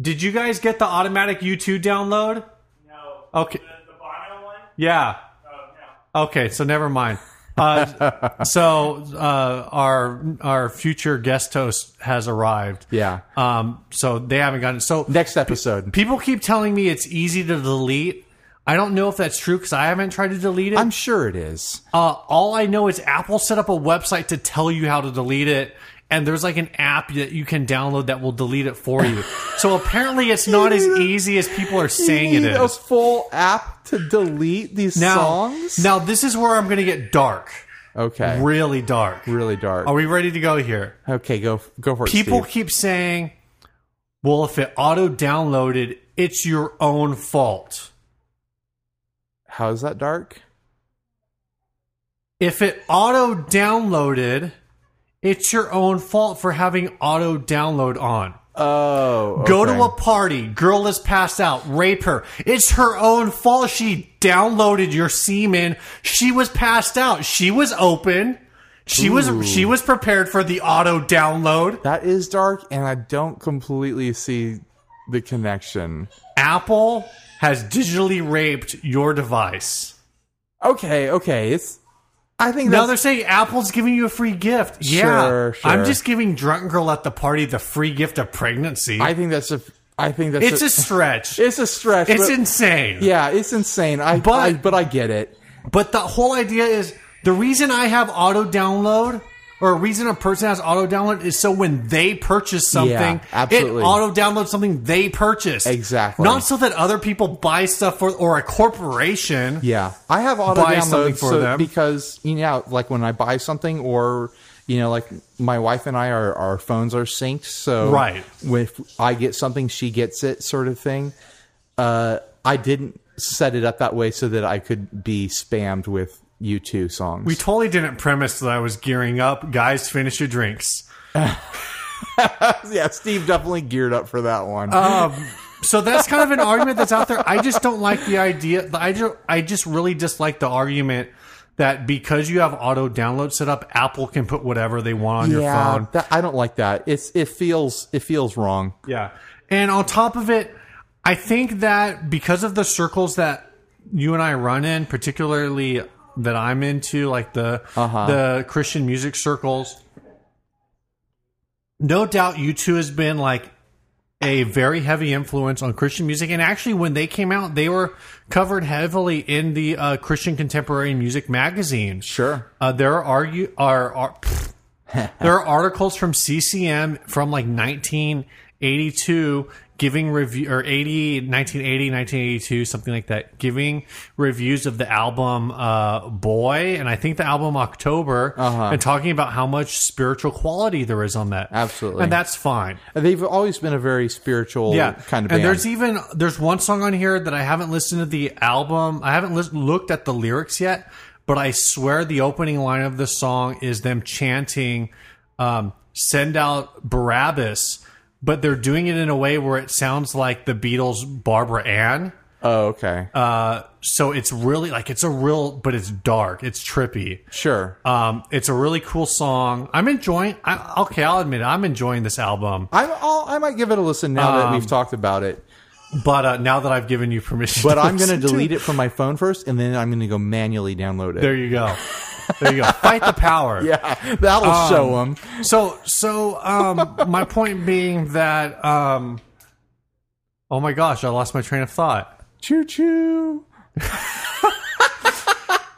did you guys get the automatic U2 download? No. Okay. The, the Bono one? Yeah. Oh, no. Okay, so never mind. (laughs) Uh, so uh, our our future guest host has arrived. Yeah. Um. So they haven't gotten. So Next episode. people keep telling me it's easy to delete. I don't know if that's true because I haven't tried to delete it. I'm sure it is. Uh, all I know is Apple set up a website to tell you how to delete it, and there's like an app that you can download that will delete it for (laughs) you. so apparently, it's not as easy as people are saying you it need a is. full app to delete these Now, songs? now this is where I'm going to get dark, Okay. really dark. really dark. Are we ready to go here? okay, go go for it. People Steve. keep saying, well, if it auto downloaded, it's your own fault. How is that dark? If it auto downloaded, it's your own fault for having auto download on. Oh. Go okay. to a party, girl is passed out, rape her. It's her own fault. She downloaded your semen. She was passed out. She was open. She Ooh. was she was prepared for the auto download. That is dark and I don't completely see the connection. Apple has digitally raped your device. Okay, okay. It's I think Now that's they're saying Apple's giving you a free gift. Yeah, Sure, sure. I'm just giving drunk girl at the party the free gift of pregnancy. I think that's a I think that's it's (laughs) a, a stretch. it's a stretch. it's but- insane. yeah, it's insane. I But- but I, but I get it. But the whole idea is the reason I have auto download or a reason a person has auto download is so when they purchase something, Yeah, absolutely. it auto downloads something they purchased. Exactly. Not so that other people buy stuff for or a corporation. Yeah, I have auto Buy something download for so, them. because you know, like when I buy something, or you know, like my wife and I are our phones are synced, so Right. If I get something, she gets it, sort of thing. Uh, I didn't set it up that way so that I could be spammed with U two songs. We totally didn't premise that I was gearing up. Guys, finish your drinks. (laughs) yeah, Steve definitely geared up for that one. Uh, So that's kind (laughs) of an argument that's out there. I just don't like the idea. I just, I just really dislike the argument that because you have auto download set up, Apple can put whatever they want on your yeah, phone. that- I don't like that. It's it feels it feels wrong. Yeah. And on top of it, I think that because of the circles that you and I run in, particularly that I'm into, like the the Christian music circles, no doubt U2 has been like a very heavy influence on Christian music. And actually, when they came out, they were covered heavily in the uh, Christian contemporary music magazine. Sure. Uh, there are you are, are pfft. there are articles from CCM from like 1982 giving review or 80 1980 1982 something like that giving reviews of the album uh, Boy and I think the album October and talking about how much spiritual quality there is on that Absolutely. and that's fine Uh, They've always been a very spiritual yeah kind of and band. there's even there's one song on here that i haven't listened to the album i haven't lis- looked at the lyrics yet but i swear the opening line of the song is them chanting um, send out barabbas but they're doing it in a way where it sounds like the beatles barbara ann Oh, okay. Uh, so it's really like it's a real, but it's dark. It's trippy. sure. Um, it's a really cool song. I'm enjoying. I, okay, I'll admit it. I'm enjoying this album. I I'll, I might give it a listen now that Um, we've talked about it. But uh, now that I've given you permission, But I'm going to listen delete it from my phone first, and then I'm going to go manually download it. There you go. There you go. Fight the power. (laughs) yeah, that'll Um, 'em. show them. So so um, my point being that um, oh my gosh, I lost my train of thought. Choo choo. (laughs)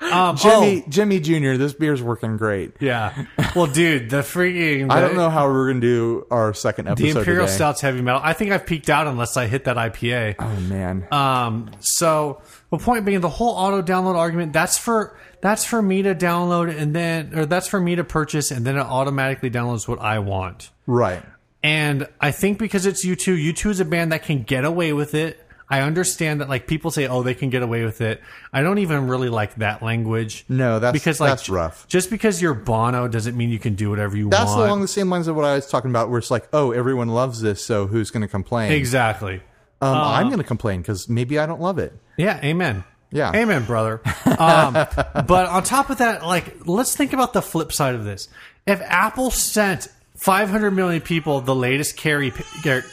Um, Jimmy oh, Jimmy Jr. This beer's working great. yeah. Well, dude, the freaking. I don't know how we're going to do our second The episode Imperial today. Stout's heavy metal. I think I've peaked out unless I hit that IPA. Oh man. Um, so the point being, the whole auto download argument that's for that's for me to download and then, or that's for me to purchase and then it automatically downloads what I want. right. And I think because it's U2, U2 is a band that can get away with it. I understand that like people say, oh, they can get away with it. I don't even really like that language. No, that's because like that's j- rough. Just because you're Bono doesn't mean you can do whatever you That's want. along the same lines of what I was talking about, where it's like, oh, everyone loves this, so who's going to complain? exactly. um, I'm Uh. going to complain because maybe I don't love it. Yeah, amen. Yeah. Amen, brother. (laughs) Um, but on top of that, like, let's think about the flip side of this. If Apple sent 500 million people the latest Carrie, Car-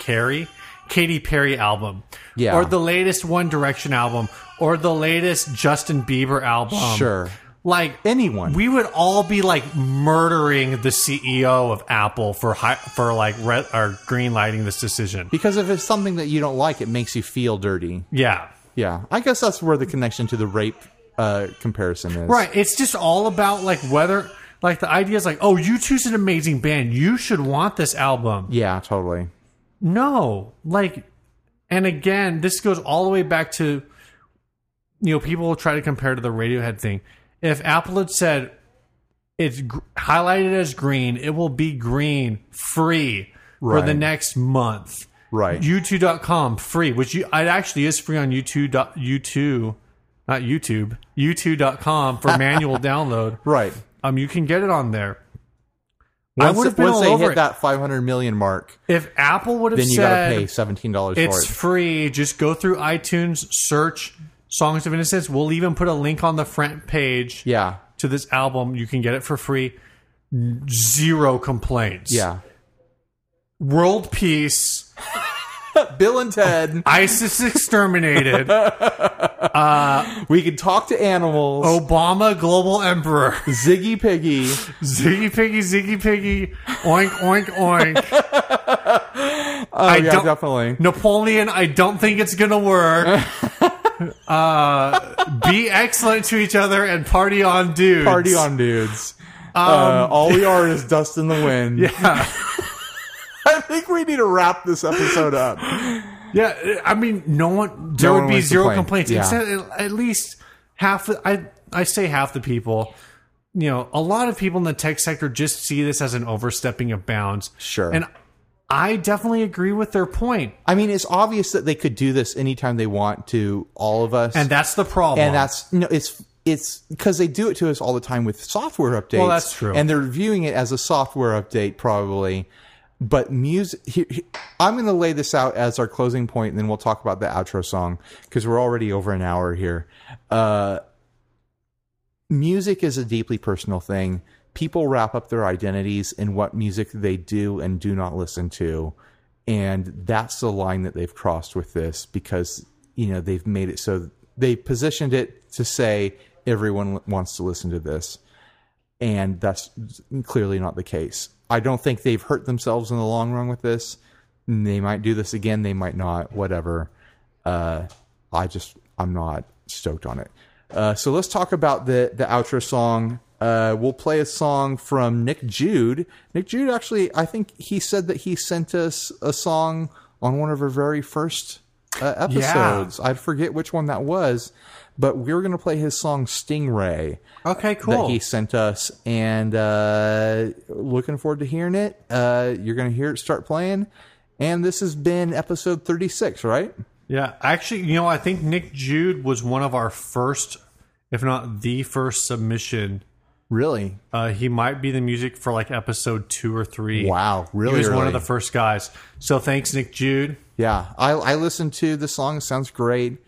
Carrie, Katy Perry album, Yeah. or the latest One Direction album, or the latest Justin Bieber album, Sure. like Anyone. we would all be like murdering the CEO of Apple for high, for like red or green lighting this decision. Because if it's something that you don't like, it makes you feel dirty. Yeah. Yeah, I guess that's where the connection to the rape uh, comparison is. Right. It's just all about like whether like the idea is like, oh, you choose an amazing band. You should want this album. Yeah, totally. No. Like and again, this goes all the way back to you know, people will try to compare to the Radiohead thing. If Apple had said it's gr- highlighted as green, it will be green free for the Right. next month. Right. U2.com free, which you, it actually is free on U2. dot- U2, not YouTube, U2.com for manual download. right. Um, you can get it on there. I Once, would have been once all they over hit it. that 500 million mark, if Apple would have then you got said to pay $17 for it's it. free, just go through iTunes, search "Songs of Innocence." We'll even put a link on the front page Yeah. to this album. You can get it for free. Zero complaints. Yeah. World peace. Bill and Ted, ISIS exterminated. (laughs) we could talk to animals. Oh. Obama global emperor. (laughs) Ziggy Piggy. Ziggy Piggy, Ziggy Piggy, oink, oink, oink. (laughs) Oh, I yeah, don't- definitely. Napoleon, I don't think it's gonna work. (laughs) Uh, be excellent to each other and party on, dudes. Party on dudes. (laughs) uh, all we are is dust in the wind. Um, Yeah. (laughs) I think we need to wrap this episode up. Yeah, I mean, no one. There would one be would zero complain. complaints. Yeah. Except at least half. the- I I say half the people. You know, a lot of people in the tech sector just see this as an overstepping of bounds. Sure. And I definitely agree with their point, I mean, it's obvious that they could do this anytime they want to all of us. and that's the problem. and that's no it's it's because they do it to us all the time with software updates Well, that's true. and they're viewing it as a software update probably but music he, he- i'm going to lay this out as our closing point and then we'll talk about the outro song because we're already over an hour here uh music is a deeply personal thing people wrap up their identities in what music they do and do not listen to and that's the line that they've crossed with this because you know they've made it so they positioned it to say everyone wants to listen to this and that's clearly not the case i don't think they've hurt themselves in the long run with this they might do this again they might not whatever uh i just i'm not stoked on it uh so let's talk about the the outro song uh we'll play a song from nick jude nick jude actually i think he said that he sent us a song on one of our very first uh, episodes i forget which one that was but we were going to play his song stingray okay, that cool. he sent us and uh looking forward to hearing it uh you're gonna hear it start playing and this has been episode 36 right Yeah, actually, you know, I think Nick Jude was one of our first, if not the first submission Really? Uh, he might be the music for like episode two or three. Wow. Really? he was one early. of the first guys. So thanks, Nick Jude. Yeah, I, I listened to the song. It sounds great.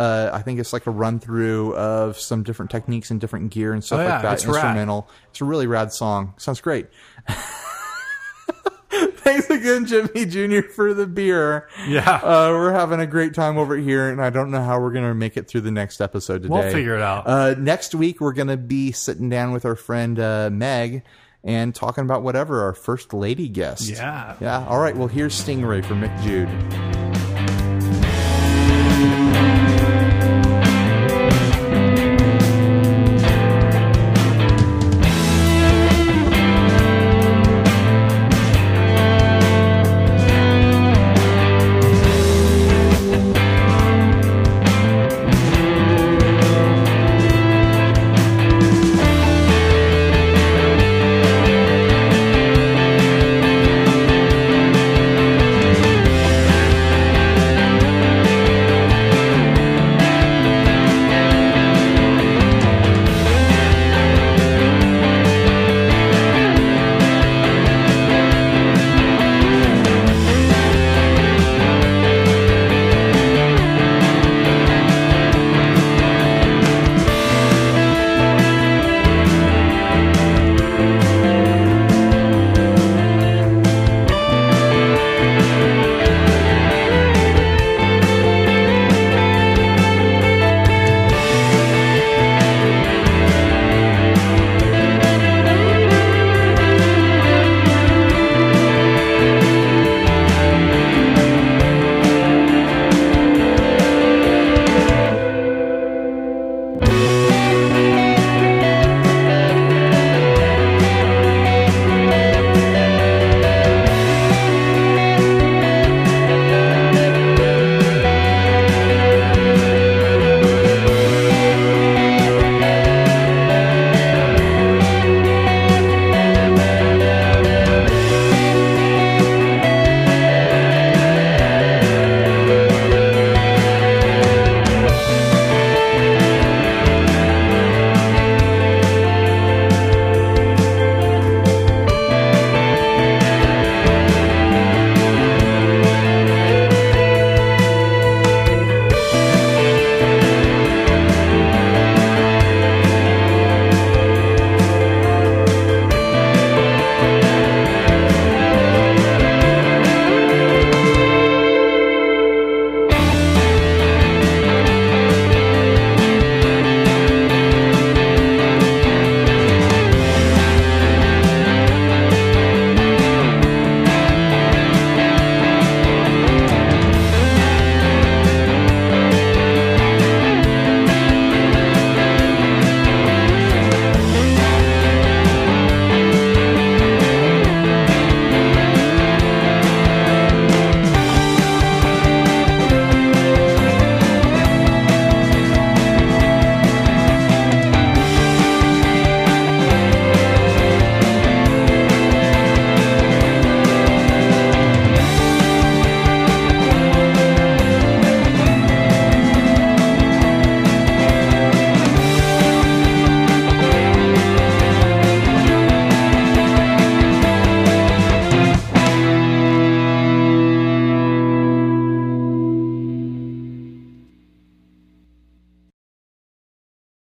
Uh, I think it's like a run through of some different techniques and different gear and stuff Oh, yeah, like that. it's rad. Instrumental. It's a really rad song. Sounds great. (laughs) Thanks again, Jimmy Jr. for the beer. Yeah. Uh, we're having a great time over here, and I don't know how we're going to make it through the next episode today. We'll figure it out. Uh, next week, we're going to be sitting down with our friend uh, Meg and talking about whatever our first lady guest. Yeah. Yeah. All right. Well, here's Stingray for Mick Jude.